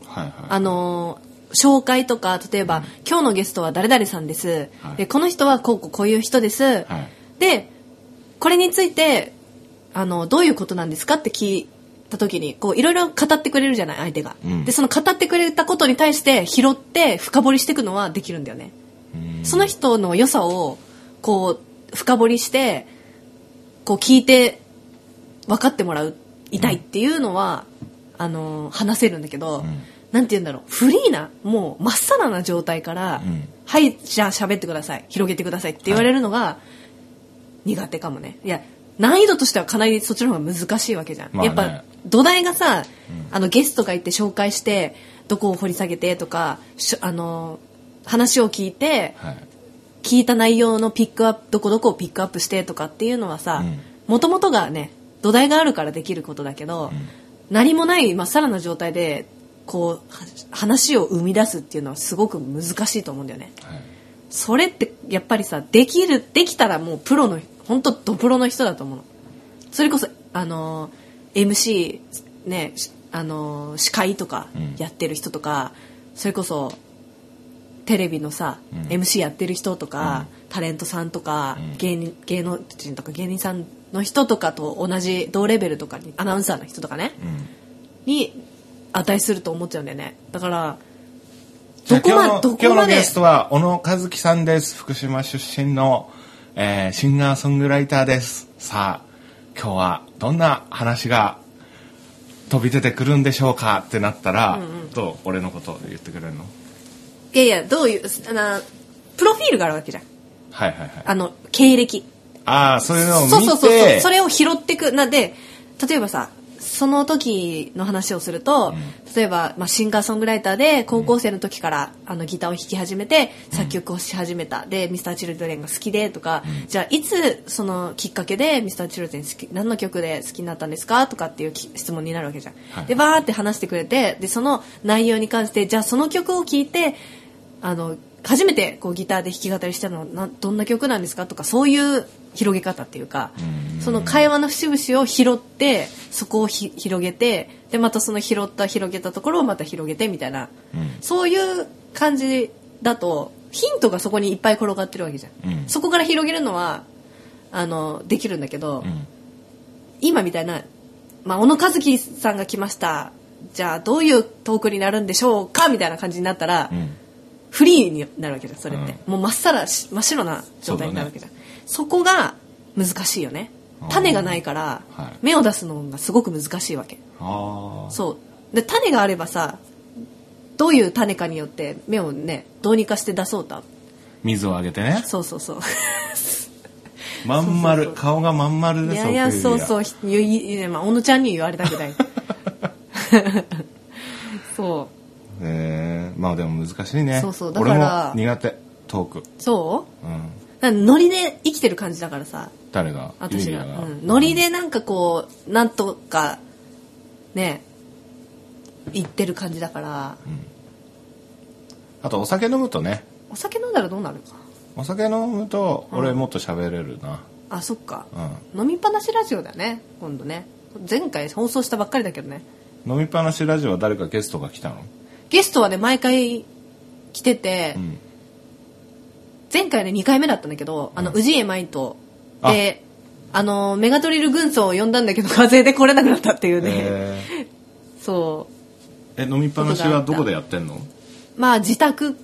Speaker 3: はいは
Speaker 1: あの紹介とか例えば、今日のゲストは誰々さんです、
Speaker 3: はい
Speaker 1: でこの人はこうこうこういう人です、
Speaker 3: いはい
Speaker 1: でこれについてあのどういうことなんですかって聞いた時にこういろいろ語ってくれるじゃない相手が、
Speaker 3: うん
Speaker 1: でその語ってくれたことに対して拾って深掘りしていくのはできるんだよね、
Speaker 3: うん
Speaker 1: その人の良さをこう深掘りしてこう聞いて分かってもらういたいっていうのは、あの話せるんだけど、
Speaker 3: ん
Speaker 1: なんて言うんだろうフリーなもうまっさらな状態から、
Speaker 3: うん
Speaker 1: はいじゃあ喋ってください広げてくださいって言われるのが苦手かもねいや難易度としてはかなりそっちの方が難しいわけじゃん、
Speaker 3: まあね
Speaker 1: やっぱ土台がさ、あのゲストがいて紹介してどこを掘り下げてとかしょあの話を聞いて
Speaker 3: はい
Speaker 1: 聞いた内容のピックアップどこどこをピックアップしてとかっていうのはさ
Speaker 3: うん
Speaker 1: もともとがね土台があるからできることだけど、何もないまっさらな状態でこうは話を生み出すっていうのはすごく難しいと思うんだよね
Speaker 3: はい
Speaker 1: それってやっぱりさできるできたらもうプロの本当ドプロの人だと思うのそれこそあのー MC ねしあのー司会とか
Speaker 3: うん
Speaker 1: やってる人とか、それこそテレビのさ、
Speaker 3: うん
Speaker 1: MC やってる人とか、タレントさんとか、
Speaker 3: うん
Speaker 1: 芸人芸能人とか芸人さんの人とかと同じ同レベルとかにアナウンサーの人とかね、
Speaker 3: うん
Speaker 1: に値すると思っちゃうんだよねだから
Speaker 3: じ
Speaker 1: ど
Speaker 3: ゃあ
Speaker 1: こ
Speaker 3: 今日
Speaker 1: ま
Speaker 3: の
Speaker 1: ど
Speaker 3: 今
Speaker 1: こ
Speaker 3: 日の
Speaker 1: まで
Speaker 3: ゲストは小野和樹さんです福島出身の、えーシンガーソングライターですさあ今日はどんな話が飛び出てくるんでしょうかってなったら、どう俺のこと言ってくれるの
Speaker 1: いやいやどういうあのプロフィールがあるわけじゃん
Speaker 3: はいはいはい
Speaker 1: あの経歴
Speaker 3: ああそういうのを見て
Speaker 1: そうそうそうそうそれを拾っていくなんで例えばさその時の話をすると、例えば、まあ、シンガーソングライターで高校生の時から、あのギターを弾き始めて作曲をし始めた、で Mr.Children が好きでとか、じゃあいつそのきっかけで Mr.Children 好き何の曲で好きになったんですかとかっていうき質問になるわけじゃん、
Speaker 3: はい
Speaker 1: でバーって話してくれてでその内容に関してじゃあその曲を聴いてあの初めてこうギターで弾き語りしたのはなどんな曲なんですかとかそういう広げ方っていうかその会話の節々を拾ってそこをひ広げてでまたその拾った広げたところをまた広げてみたいな、
Speaker 3: うん
Speaker 1: そういう感じだとヒントがそこにいっぱい転がってるわけじゃん、
Speaker 3: うん
Speaker 1: そこから広げるのはあのできるんだけど、
Speaker 3: うん
Speaker 1: 今みたいな、まあ、小野和樹さんが来ましたじゃあどういうトークになるんでしょうかみたいな感じになったら、
Speaker 3: うん
Speaker 1: フリーになるわけじゃんそれって、もう真っさらし真っ白な状態になるわけじゃんそ,、こが難しいよね
Speaker 3: あー
Speaker 1: 種がないから
Speaker 3: はい
Speaker 1: 芽を出すのがすごく難しいわけ
Speaker 3: ああ
Speaker 1: そうで種があればさどういう種かによって芽をねどうにかして出そうと
Speaker 3: 水をあげてね
Speaker 1: そうそうそう
Speaker 3: まん丸
Speaker 1: そうそうそう
Speaker 3: 顔がまん丸で
Speaker 1: い
Speaker 3: す
Speaker 1: やいや
Speaker 3: 奥
Speaker 1: そう
Speaker 3: 指が
Speaker 1: そうひゆいいやまあ小野ちゃんに言われたくない そ
Speaker 3: えーまあでも難しいね
Speaker 1: そうそうだから
Speaker 3: 俺も苦手トーク、
Speaker 1: うそ
Speaker 3: うん、
Speaker 1: うなんかノリで生きてる感じだからさ
Speaker 3: 誰が
Speaker 1: 私
Speaker 3: ユ
Speaker 1: が、
Speaker 3: リア
Speaker 1: うん、ノリでなんかこうなんとかね行ってる感じだから、
Speaker 3: あとお酒飲むとね
Speaker 1: お酒飲んだらどうなるか
Speaker 3: お酒飲むと俺もっと喋れるな、
Speaker 1: あそっか、
Speaker 3: う
Speaker 1: 飲みっぱなしラジオだね今度ね前回放送したばっかりだけどね
Speaker 3: 飲みっぱなしラジオは誰かゲストが来たの
Speaker 1: ゲストはね毎回来てて、
Speaker 3: うん
Speaker 1: 前回で2回目だったんだけど、あの、宇治江舞と、
Speaker 3: あ
Speaker 1: で、あの、メガトリル軍曹を呼んだんだけど、風邪で来れなくなったっていうね。
Speaker 3: え
Speaker 1: そ
Speaker 3: ーえ飲みっぱなしはどこでやってんの
Speaker 1: う。まあ、自宅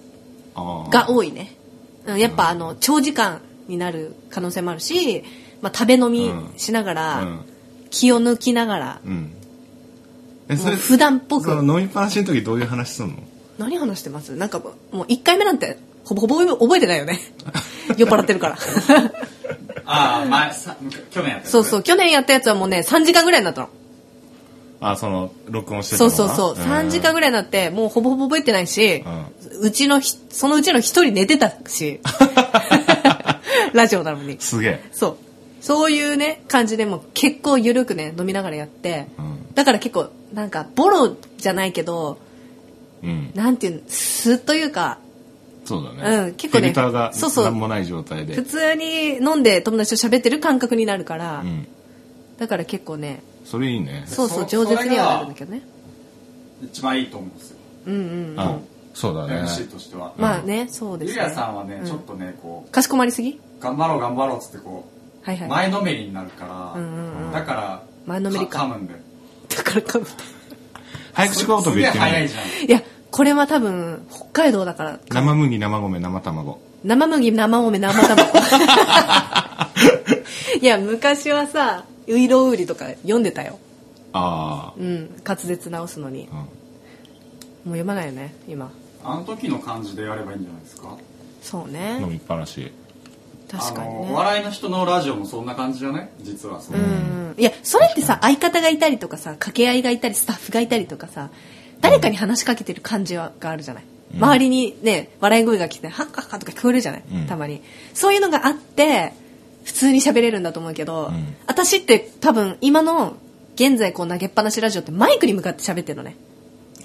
Speaker 3: あー
Speaker 1: が多いね。うんやっぱ、あの、長時間になる可能性もあるし、まあ、食べ飲みしながら、
Speaker 3: うん
Speaker 1: 気を抜きながら、
Speaker 3: うんえ
Speaker 1: もう普段っぽく
Speaker 3: その飲みっぱなしの時どういう話すんの
Speaker 1: 何話してますなんかもう、もう1回目なんて、ほぼほぼ覚えてないよね。 酔っ払ってる から。
Speaker 2: ああ前さ去年やった
Speaker 1: そうそう、去年やったやつはもうね、3時間ぐらいになったの。
Speaker 3: あその録音してた
Speaker 1: そ
Speaker 3: の
Speaker 1: う
Speaker 3: が
Speaker 1: そうそう、3時間ぐらいになってもうほぼほぼ覚えてないし、うちのひそのうちの一人寝てたし ラジオなのに
Speaker 3: すげえ
Speaker 1: そうそういうね感じでもう結構緩くね飲みながらやって、
Speaker 3: うん
Speaker 1: だから結構なんかボロじゃないけど
Speaker 3: うん
Speaker 1: なんていうの素というか
Speaker 3: そうだね、
Speaker 1: うん結構ね
Speaker 3: フィルターが
Speaker 1: そうそう
Speaker 3: 何もない状態で
Speaker 1: 普通に飲んで友達と喋ってる感覚になるから、
Speaker 3: うん、
Speaker 1: だから結構ね
Speaker 3: それいいね
Speaker 1: そうそう
Speaker 2: そ
Speaker 1: 饒舌には
Speaker 2: それが
Speaker 1: なるんだけどね
Speaker 2: 一番いいと思うんですよ
Speaker 1: うんうん
Speaker 3: あそうだね
Speaker 2: MC としては、
Speaker 1: まあねそうで
Speaker 2: ゆ
Speaker 1: す
Speaker 2: り
Speaker 1: ね
Speaker 2: やさんはね、ちょっとねこ
Speaker 1: かしこまりすぎ
Speaker 2: う頑張ろう頑張ろうっつってこ
Speaker 1: はいうはい
Speaker 2: 前のめりになるから、
Speaker 1: うんうん
Speaker 2: だから
Speaker 1: 前のめりか
Speaker 2: 噛むんで
Speaker 1: だからかぶった
Speaker 3: 早口言葉
Speaker 2: すげえ
Speaker 3: 言ってみ
Speaker 2: 早い
Speaker 3: よ
Speaker 2: うじゃん
Speaker 1: いや、これは多分、北海道だから、
Speaker 3: 生麦生米生卵
Speaker 1: 生麦、生米、生 卵。いや、昔はさ、ウイロウリとか読んでたよ。
Speaker 3: あ
Speaker 1: うん、滑舌直すのに。
Speaker 3: あ、うん
Speaker 1: もう読まないよね、今。
Speaker 2: あの時の感じでやればいいんじゃないですか
Speaker 1: そう
Speaker 3: 飲
Speaker 1: ね。
Speaker 3: みっぱなし
Speaker 1: 確か
Speaker 2: あ
Speaker 1: に
Speaker 2: のお
Speaker 1: ね。
Speaker 2: 笑いの人のラジオもそんな感じじゃない実はそうの、
Speaker 1: ん。いや、それってさ、相方がいたりとかさ、掛け合いがいたり、スタッフがいたりとかさ、誰かに話しかけてる感じはがあるじゃない。周りにね、笑い声が来て、ハッカッカとか聞こえるじゃない、
Speaker 3: うん
Speaker 1: たまに。そういうのがあって、普通に喋れるんだと思うけど、
Speaker 3: うん
Speaker 1: 私って多分今の現在こう投げっぱなしラジオってマイクに向かって喋ってるのね。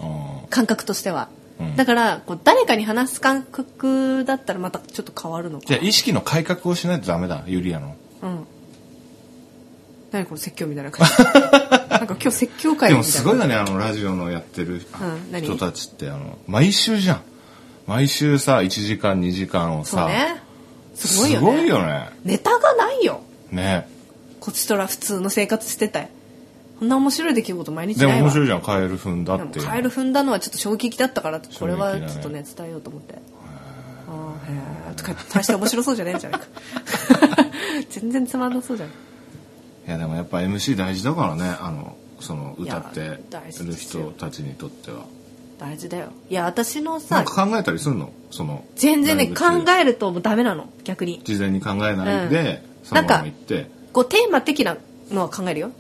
Speaker 3: ああ
Speaker 1: 感覚としては。
Speaker 3: うん
Speaker 1: だから、こう誰かに話す感覚だったらまたちょっと変わるのか
Speaker 3: じゃあ意識の改革をしないとダメだユリアの
Speaker 1: うん。何この説教みたいな 感じ。なんか今日説教会
Speaker 3: で
Speaker 1: みたいな。
Speaker 3: もすごいよねあのラジオのやってる
Speaker 1: うん何
Speaker 3: 人たちってあの毎週じゃん毎週さ1時間2時間を
Speaker 1: そう
Speaker 3: さ、
Speaker 1: ね。す
Speaker 3: す
Speaker 1: ご
Speaker 3: ご
Speaker 1: い
Speaker 3: い
Speaker 1: よ
Speaker 3: よ
Speaker 1: ね。
Speaker 3: ね
Speaker 1: ネタがないよ。
Speaker 3: ね
Speaker 1: こちとら普通の生活してたよ。こんな面白い出来事毎日
Speaker 3: でも
Speaker 1: ないわ。
Speaker 3: 面白いじゃんカエル踏んだ
Speaker 1: で
Speaker 3: っ
Speaker 1: も
Speaker 3: ていう
Speaker 1: カエル踏んだのはちょっと衝撃だったから、これは
Speaker 3: 衝撃だね
Speaker 1: ちょっとね、伝えようと思って。あーへーとか大して面白そうじゃねえん じゃないか全然つまんなそうじゃん
Speaker 3: いやでもやっぱ MC 大事だからねあのその歌って
Speaker 1: いや
Speaker 3: る
Speaker 1: 大事ですよ
Speaker 3: 人たちにとっては
Speaker 1: 大事だよいや私の
Speaker 3: な
Speaker 1: さ
Speaker 3: んか考えたりするのその
Speaker 1: 全然ね
Speaker 3: ライブ
Speaker 1: 考
Speaker 3: 中
Speaker 1: えるともうダメなの逆に
Speaker 3: 事前に考えないで、
Speaker 1: うん
Speaker 3: そのまま行って
Speaker 1: こうテーマ的なのは考えるよ、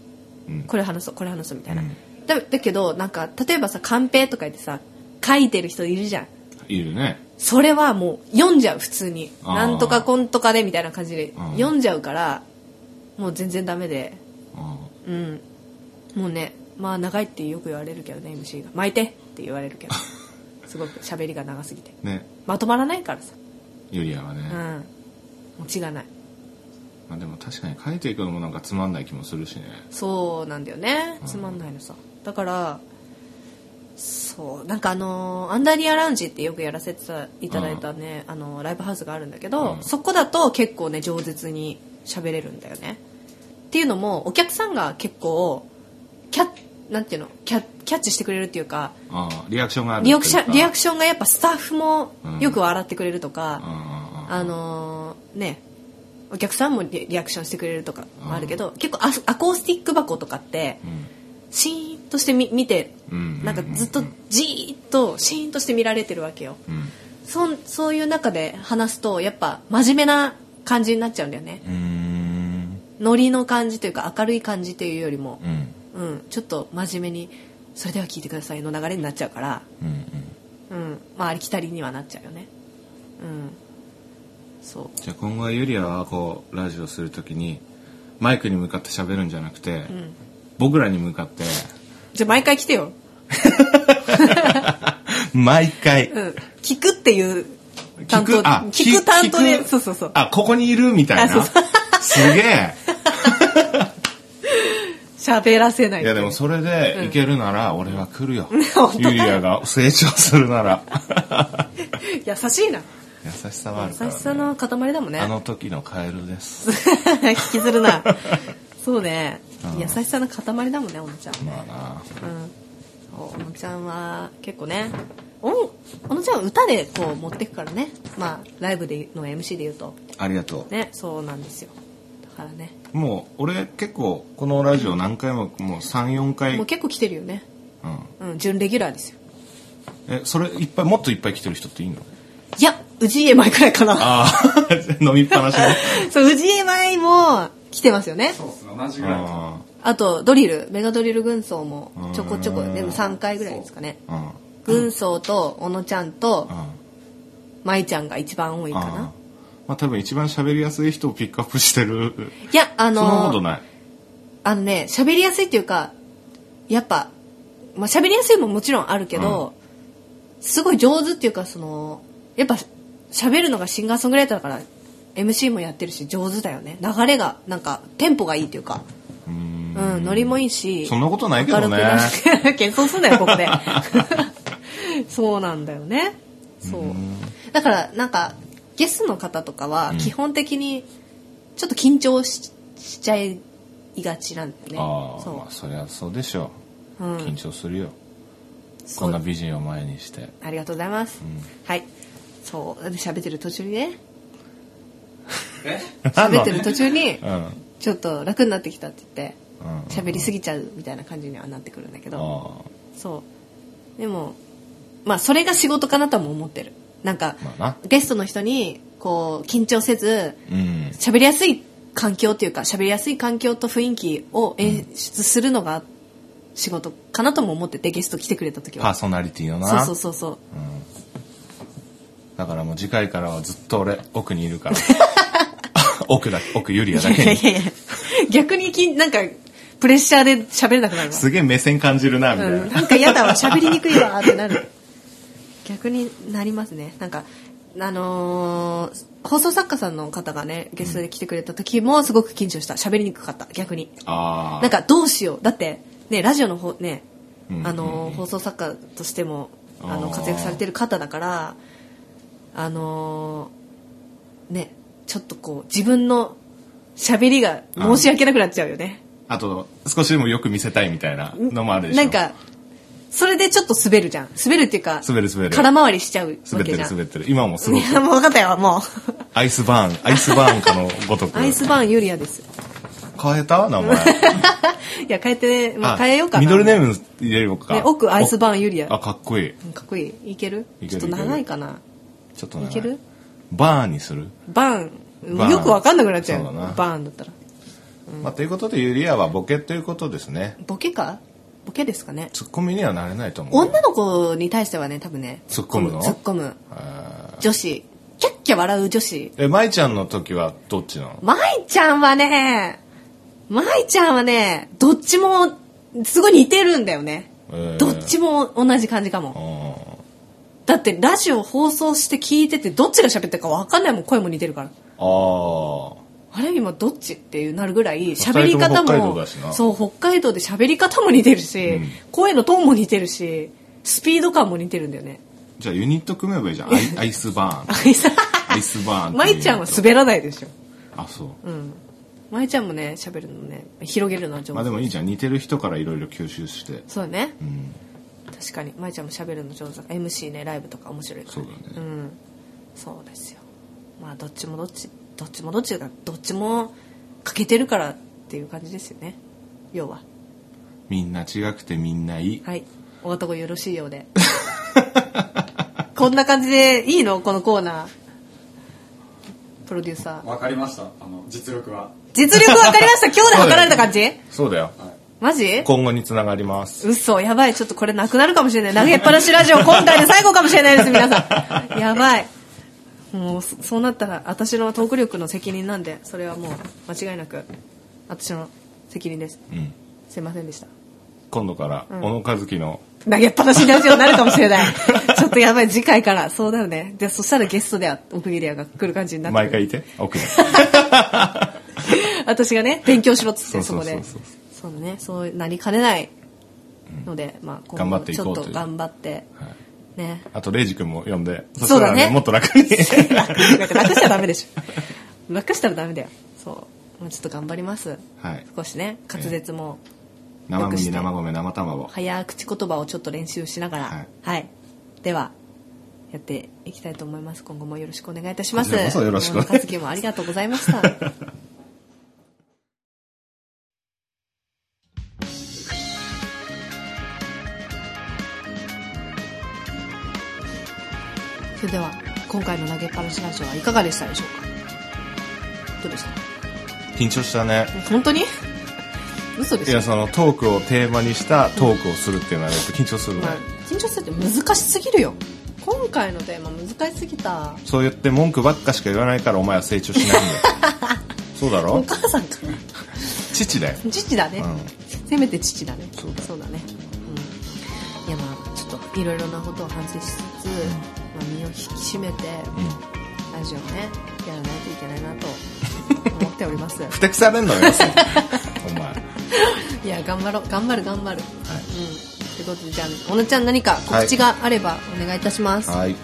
Speaker 3: うん
Speaker 1: これ話そうこれ話そうみたいな、
Speaker 3: うん
Speaker 1: だだけどなんか例えばさカンペとか言ってさ書いてる人いるじゃん
Speaker 3: いるね
Speaker 1: それはもう読んじゃう普通に
Speaker 3: あー
Speaker 1: なんとかこんとかでみたいな感じで
Speaker 3: うん
Speaker 1: 読んじゃうから、もう全然ダメで
Speaker 3: あ
Speaker 1: うんもうねまあ長いってよく言われるけどね MC が巻いてって言われる けどすごく喋りが長すぎて
Speaker 3: ーね
Speaker 1: まとまらないからさ
Speaker 3: ユリアはね、
Speaker 1: うんもう血がない
Speaker 3: まあ、でも確かに書いていくのもなんかつまんない気もするしね
Speaker 1: そうなんだよね
Speaker 3: うん
Speaker 1: つまんないのさ、だからそうなんかあのーアンダーリアラウンジってよくやらせていただいたね、あのーライブハウスがあるんだけど、
Speaker 3: うん
Speaker 1: そこだと結構ね饒舌に喋れるんだよねっていうのもお客さんが結構キャなんていうのキャキャッチしてくれるっていうか
Speaker 3: ああリアクションがある
Speaker 1: リアクションリアク
Speaker 3: シ
Speaker 1: ションがやっぱスタッフもよく笑ってくれるとか、
Speaker 3: ああ
Speaker 1: あのーねお客さんもリリアクションしてくれるとかもあるけど、結構アスアコースティック箱とかってシーンとしてみ見て
Speaker 3: うんうん
Speaker 1: なんかずっとじーっとシーンとして見られてるわけよ
Speaker 3: うん
Speaker 1: そんそういう中で話すとやっぱ真面目な感じになっちゃうんだよね
Speaker 3: うーん
Speaker 1: ノリの感じというか明るい感じというよりも
Speaker 3: う、ん
Speaker 1: うん、ちょっと真面目に「それでは聞いてください」の流れになっちゃうから
Speaker 3: うんうん
Speaker 1: うん、まあありきたりにはなっちゃうよねうんそう
Speaker 3: じゃあ今後はユリアはこうラジオするときにマイクに向かって喋るんじゃなくて、僕らに向かって
Speaker 1: じゃあ毎回来てよ
Speaker 3: 毎回。
Speaker 1: うん、聞くっていう担当
Speaker 3: あ
Speaker 1: 聞く担当
Speaker 3: 聞
Speaker 1: で
Speaker 3: く
Speaker 1: そうそうそう
Speaker 3: あ、ここにいるみたい
Speaker 1: あそ
Speaker 3: な
Speaker 1: うそう。
Speaker 3: すげえ。
Speaker 1: 喋らせない
Speaker 3: いやでもそれでいけるなら俺は来るよ。
Speaker 1: 本当
Speaker 3: ユ
Speaker 1: だ
Speaker 3: リアが成長するなら。
Speaker 1: 優しいな
Speaker 3: 優しさはあるから、
Speaker 1: 優
Speaker 3: ね。
Speaker 1: しさの塊だもんね
Speaker 3: あの時のカエルです。
Speaker 1: 引きずる なそうね
Speaker 3: うん
Speaker 1: 優しさの塊だもんね小野ちゃん
Speaker 3: まあな。
Speaker 1: うんそう小野ちゃんは結構ねおん小野ちゃんは歌でこう持ってくからねまあライブでの MC で言うと
Speaker 3: ありがとう。
Speaker 1: ねそうなんですよだからね
Speaker 3: もう俺結構このラジオ何回ももう34回、う、
Speaker 1: もうん結構来てるよねうん準レギュラーですよ
Speaker 3: えそれいっぱいもっといっぱい来てる人っていいの
Speaker 1: いや氏家前くらいかな
Speaker 3: ああ 飲みっぱなしの
Speaker 1: そう氏家前も来てますよね
Speaker 2: そうですね、同じぐらいかな。
Speaker 3: あ
Speaker 1: あとドリルメガドリル軍曹も
Speaker 3: うん
Speaker 1: ちょこちょこでも3回ぐらいですかね
Speaker 3: あうん
Speaker 1: 軍曹と小野ちゃんと
Speaker 3: うん
Speaker 1: 舞ちゃんが一番多いか
Speaker 3: あ
Speaker 1: な
Speaker 3: ーまあ多分一番喋りやすい人をピックアップしてる
Speaker 1: いやあ
Speaker 3: そんなこと
Speaker 1: の
Speaker 3: ない
Speaker 1: あのね喋りやすいっていうかやっぱまあ喋りやすいももちろんあるけどすごい上手っていうかそのやっぱ喋るのがシンガーソングライターだから MC もやってるし上手だよね流れがなんかテンポがいいっていうか
Speaker 3: うーん
Speaker 1: うんノリもいいし
Speaker 3: そんなことないけ
Speaker 1: 明
Speaker 3: ど
Speaker 1: るく
Speaker 3: ね
Speaker 1: な して、謙遜すんなよ、ここで。そうなんだよね。そう。だから、なんか、ゲストの方とかは、基本的に、ちょっと緊張ししちゃいがちなんだ
Speaker 3: あ
Speaker 1: よね。
Speaker 3: あ
Speaker 1: そ
Speaker 3: まあそりゃそうでしょう、
Speaker 1: うん
Speaker 3: 緊張するよ
Speaker 1: う。
Speaker 3: こ
Speaker 1: そ
Speaker 3: んな
Speaker 1: う
Speaker 3: 美人を前にして
Speaker 1: ありがとうございます。はい。そう。で喋ってる途中に ね、
Speaker 2: え
Speaker 1: 喋ってる途中に
Speaker 3: う、んうん
Speaker 1: ちょっと楽になってきたって言って、
Speaker 3: あ
Speaker 1: 喋りすぎちゃうみたいな感じにはなってくるんだけど。
Speaker 3: あ
Speaker 1: そうでもまあそれが仕事かなとも思ってるなんか、
Speaker 3: まあな
Speaker 1: ゲストの人にこう緊張せず
Speaker 3: うん
Speaker 1: 喋りやすい環境というか喋りやすい環境と雰囲気を演出するのが仕事かなとも思っててゲスト来てくれた時
Speaker 3: パー
Speaker 1: は
Speaker 3: ソナリティのな
Speaker 1: そうそうそうそう
Speaker 3: だからもう次回からはずっと俺奥にいるから 奥だ奥ユリアだ
Speaker 1: い
Speaker 3: け
Speaker 1: や
Speaker 3: に
Speaker 1: いやいや逆にきんなんかプレッシャーで喋れなくなるわ
Speaker 3: すげえ目線感じるなみたいな、
Speaker 1: うん、なんか嫌だわ喋りにくいわってなる逆になりますねなんかあのー放送作家さんの方がねゲストで来てくれた時もすごく緊張した喋りにくかった逆に
Speaker 3: あ
Speaker 1: なんかどうしようだってねラジオの方ね
Speaker 3: うん
Speaker 1: あのー放送作家としてもあ
Speaker 3: あ
Speaker 1: の
Speaker 3: ー
Speaker 1: 活躍されてる方だからあのーねちょっとこう自分の喋りが申し訳なくなっちゃうよね
Speaker 3: ああと少しでもよく見せたいみたいなのもあるでしょ
Speaker 1: なんかそれでちょっと滑るじゃん滑るっていうか
Speaker 3: 滑る滑る
Speaker 1: 空回りしちゃうわ
Speaker 3: 滑っ
Speaker 1: け
Speaker 3: て
Speaker 1: じ
Speaker 3: る
Speaker 1: ゃん
Speaker 3: 滑ってる今も すごく
Speaker 1: いやもう分かったよもう
Speaker 3: アイスバーンアイスバーンかのごとく
Speaker 1: アイスバーンユリアです
Speaker 3: 変えた名前
Speaker 1: いや変えて、 まあ、変えようかな
Speaker 3: ミドルネーム入れようか、
Speaker 1: ね奥アイスバーンユリア
Speaker 3: おあかっこいい
Speaker 1: うんかっこいいいける
Speaker 3: いける
Speaker 1: ちょっと長いかな
Speaker 3: ちょっと長
Speaker 1: いける
Speaker 3: バーンにする、
Speaker 1: バーン
Speaker 3: バーン
Speaker 1: よく分かんなくなっちゃう
Speaker 3: そうだな
Speaker 1: バーンだったら
Speaker 3: まあ、ということでユリアはボケということですね
Speaker 1: ボケかボケですかね
Speaker 3: ツッコミにはなれないと思う
Speaker 1: 女の子に対してはね多分ね
Speaker 3: 突っ込むの
Speaker 1: 突っ込む
Speaker 3: あー
Speaker 1: 女子キャッキャ笑う女子
Speaker 3: え舞ちゃんの時はどっちなの
Speaker 1: 舞ちゃんはね、舞ちゃんはね、どっちも、すごい似てるんだよね。
Speaker 3: えー
Speaker 1: どっちも同じ感じかも。
Speaker 3: あ
Speaker 1: だってラジオ放送して聞いてて、どっちが喋ってるか分かんないもん、声も似てるから。
Speaker 3: ーあー
Speaker 1: あれ今どっちっていうなるぐらい、喋り方
Speaker 3: 二人とも北海道
Speaker 1: も
Speaker 3: だしな、
Speaker 1: そう、北海道で喋り方も似てるし、
Speaker 3: うん
Speaker 1: 声のトーンも似てるし、スピード感も似てるんだよ ね。
Speaker 3: じゃあユニット組めばいいじゃんアイアイス バーンアイスバーンっていう
Speaker 1: 舞ちゃんは滑らないでしょ。
Speaker 3: あそう、
Speaker 1: うん。舞ちゃんもね、喋るのね、広げるのは上手。
Speaker 3: まあでもいいじゃん似てる人からいろいろ吸収して
Speaker 1: そうだね。
Speaker 3: うん
Speaker 1: 確かに舞ちゃんも喋るの上手だから MC ねライブとか面白いから、
Speaker 3: そうだ
Speaker 1: んそうですよまあどっちもどっちどっちもどっちがどっちも欠けてるからっていう感じですよね要は
Speaker 3: みんな違くてみんないい
Speaker 1: はいお男よろしいよう でこんな感じでいいのこのコーナープロデューサー
Speaker 2: わかりました、あの、実力は。
Speaker 1: 実力分かりま した今日で測られた感じ
Speaker 3: そうだよ
Speaker 1: マジ
Speaker 3: 今後につながります
Speaker 1: 嘘やばいちょっとこれなくなるかもしれない投げっぱなしラジオ今回で最後かもしれないです皆さんやばいもうそそうなったら私のトーク力の責任なんでそれはもう間違いなく私の責任です
Speaker 3: うん
Speaker 1: すいませんでした
Speaker 3: 今度から
Speaker 1: ん
Speaker 3: 小野和樹の
Speaker 1: 投げっぱなしラジオになるかもしれない。ちょっとやばい、次回から。そうなるね。で、そしたらゲストでは、奥入谷が来る感じになって
Speaker 3: 毎
Speaker 1: くる
Speaker 3: 回いて奥に
Speaker 1: 私がね、勉強しろっつって、そ
Speaker 3: そう
Speaker 1: こ
Speaker 3: そうそう
Speaker 1: で。
Speaker 3: そう
Speaker 1: そうだね、そうなりかねないので、まあ、今後
Speaker 3: 頑張っていこうという
Speaker 1: ちょっと頑張って、
Speaker 3: はい
Speaker 1: ね。
Speaker 3: あとレイジ君も呼んで
Speaker 1: そうだね
Speaker 3: したらもっと楽に
Speaker 1: なんか楽しちゃダメでしょ。 楽したらダメだよ。そう。まあ、ちょっと頑張ります。
Speaker 3: はい
Speaker 1: 少しね、滑舌も、
Speaker 3: 生麦生米生卵
Speaker 1: 早口言葉をちょっと練習しながら、は
Speaker 3: はいい。
Speaker 1: では、やっていきたいと思います。今後もよろしくお願いいたします。
Speaker 3: こちらこそよろしく
Speaker 1: おかつきもありがとうございました。それでは今回の投げっぱなしラジオはいかがでしたでしょうかどうでした
Speaker 3: 緊張したね
Speaker 1: 本当に嘘で
Speaker 3: い
Speaker 1: しょ
Speaker 3: やそのトークをテーマにしたトークをするっていうのはやっぱ緊張するね、
Speaker 1: まあ、緊張するって難しすぎるよ今回のテーマ難しすぎた
Speaker 3: そう言って文句ばっかしか言わないからお前は成長しないんだよそうだ
Speaker 1: お
Speaker 3: ろ
Speaker 1: 母さんか
Speaker 3: 父だよ
Speaker 1: 父だね、
Speaker 3: う
Speaker 1: せめて父だね
Speaker 3: そうだ
Speaker 1: ね、うん、いやまあちょっといろいろなことを反省しつつ、まあ、身を引き締めて、
Speaker 3: うん
Speaker 1: ラジオねやらないといけないなと思っており ます
Speaker 3: ふてくされんのよお前
Speaker 1: いや頑張ろう頑張る頑張る、うんということでじゃあ小野ちゃん何か告知があればお願いいたします、
Speaker 3: はい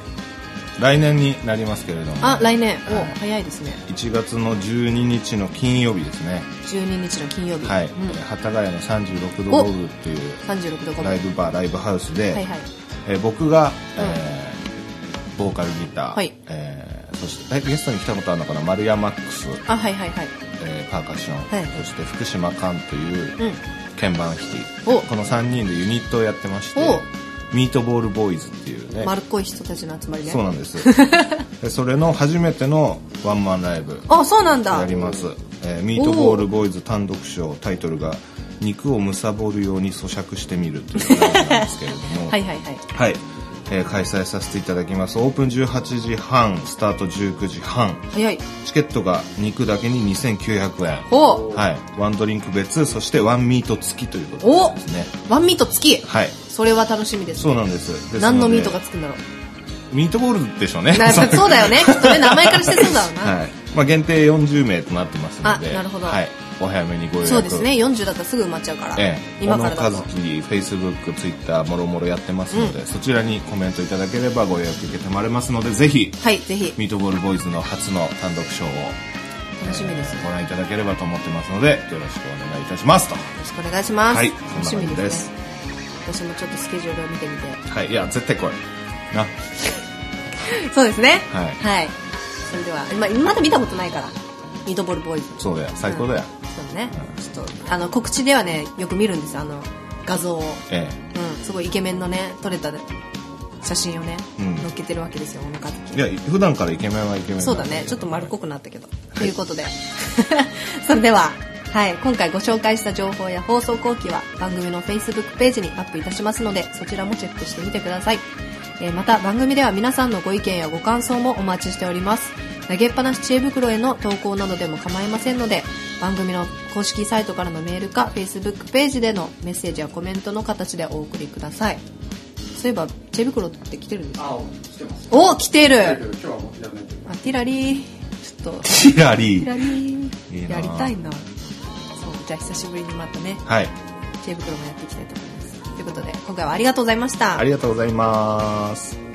Speaker 3: 来年になりますけれども
Speaker 1: あ来年お、
Speaker 3: はい
Speaker 1: 早いですね
Speaker 3: 1月の12日の金曜日ですね
Speaker 1: 12日の金曜日、
Speaker 3: はい、
Speaker 1: うん、
Speaker 3: 幡ヶ谷の36度ゴールっていう
Speaker 1: 36度5分
Speaker 3: ライブバーライブハウスで、
Speaker 1: はいはい
Speaker 3: えー僕が、
Speaker 1: うん
Speaker 3: えーボーカルギター、
Speaker 1: はい
Speaker 3: えーそしてえゲストに来たことあるのかな丸山マックス、
Speaker 1: あはいはいはい
Speaker 3: えーパーカッション、
Speaker 1: はい
Speaker 3: そして福島寛という
Speaker 1: うん
Speaker 3: 鍵盤弾き、
Speaker 1: お
Speaker 3: この3人でユニットをやってまして
Speaker 1: お
Speaker 3: ミートボールボーイズっていうね
Speaker 1: 丸っこい人たちの集まりね
Speaker 3: そうなんです でそれの初めてのワンマンライブ
Speaker 1: あそうなんだ
Speaker 3: やります、えーミートボールボーイズ単独賞タイトルが「肉を貪るように咀嚼してみる」というライブなんですけれど も
Speaker 1: はいはいはい
Speaker 3: はい、えー開催させていただきますオープン18時半スタート19時半
Speaker 1: 早い
Speaker 3: チケットが肉だけに2900円
Speaker 1: おう
Speaker 3: はいワンドリンク別そしてワンミート付きということですね
Speaker 1: ワンミート付き
Speaker 3: はい
Speaker 1: それは楽しみです
Speaker 3: そうなんですです
Speaker 1: 何の
Speaker 3: で
Speaker 1: ミートがつくんだろう
Speaker 3: ミートボールでしょうね
Speaker 1: な そうだよねきっとね名前からしてそうだろうな、
Speaker 3: はいまあ、限定40名となってますので
Speaker 1: あなるほど
Speaker 3: はい、お早めにご予約
Speaker 1: そうですね40だったらすぐ埋まっちゃうから、
Speaker 3: ええ、
Speaker 1: 今からだ
Speaker 3: 小野
Speaker 1: と
Speaker 3: 和樹フェイスブックツイッターもろもろやってますので、そちらにコメントいただければご予約受けてまれますのでぜひ
Speaker 1: はいぜひ
Speaker 3: ミートボールボーイズの初の単独ショーを
Speaker 1: 楽しみです、
Speaker 3: えーご覧いただければと思ってますのでよろしくお願いいたしますと
Speaker 1: よろしくお願いします、
Speaker 3: はい
Speaker 1: 楽し
Speaker 3: そんな
Speaker 1: み
Speaker 3: 感
Speaker 1: で
Speaker 3: じですす
Speaker 1: ね私もちょっとスケジュールを見てみて
Speaker 3: はいいや絶対来いな
Speaker 1: そうですね
Speaker 3: はい
Speaker 1: それではままだ見たことないからミートボールボーイズ
Speaker 3: そうだよ最高だよ、
Speaker 1: うんそうね、ちょっとあの告知ではねよく見るんですよあの画像を、
Speaker 3: え
Speaker 1: うん、すごいイケメンのね撮れた写真をね、
Speaker 3: うん
Speaker 1: 載っけてるわけですよお腹
Speaker 3: えいや普段からイケメンはイケメンなんで
Speaker 1: そうだねちょっと丸っこくなったけど、ということで それでははい、今回ご紹介した情報や放送後期は番組の Facebook ページにアップいたしますのでそちらもチェックしてみてください、えーまた番組では皆さんのご意見やご感想もお待ちしております投げっぱなし知恵袋への投稿などでも構いませんので番組の公式サイトからのメールか Facebook ページでのメッセージやコメントの形でお送りくださいそういえば知恵袋って来てるんですか
Speaker 2: あ来てます
Speaker 1: お来てる
Speaker 2: だけど今日はもうやらないと
Speaker 1: あティラリーちょっと
Speaker 3: キラリ
Speaker 1: ティラ
Speaker 3: ー
Speaker 1: リ
Speaker 3: いい
Speaker 1: ーや
Speaker 3: なあ
Speaker 1: りたいなそうじゃあ久しぶりにまたね
Speaker 3: はい
Speaker 1: 知恵袋もやっていきたいと思いますということで今回はありがとうございました
Speaker 3: ありがとうございます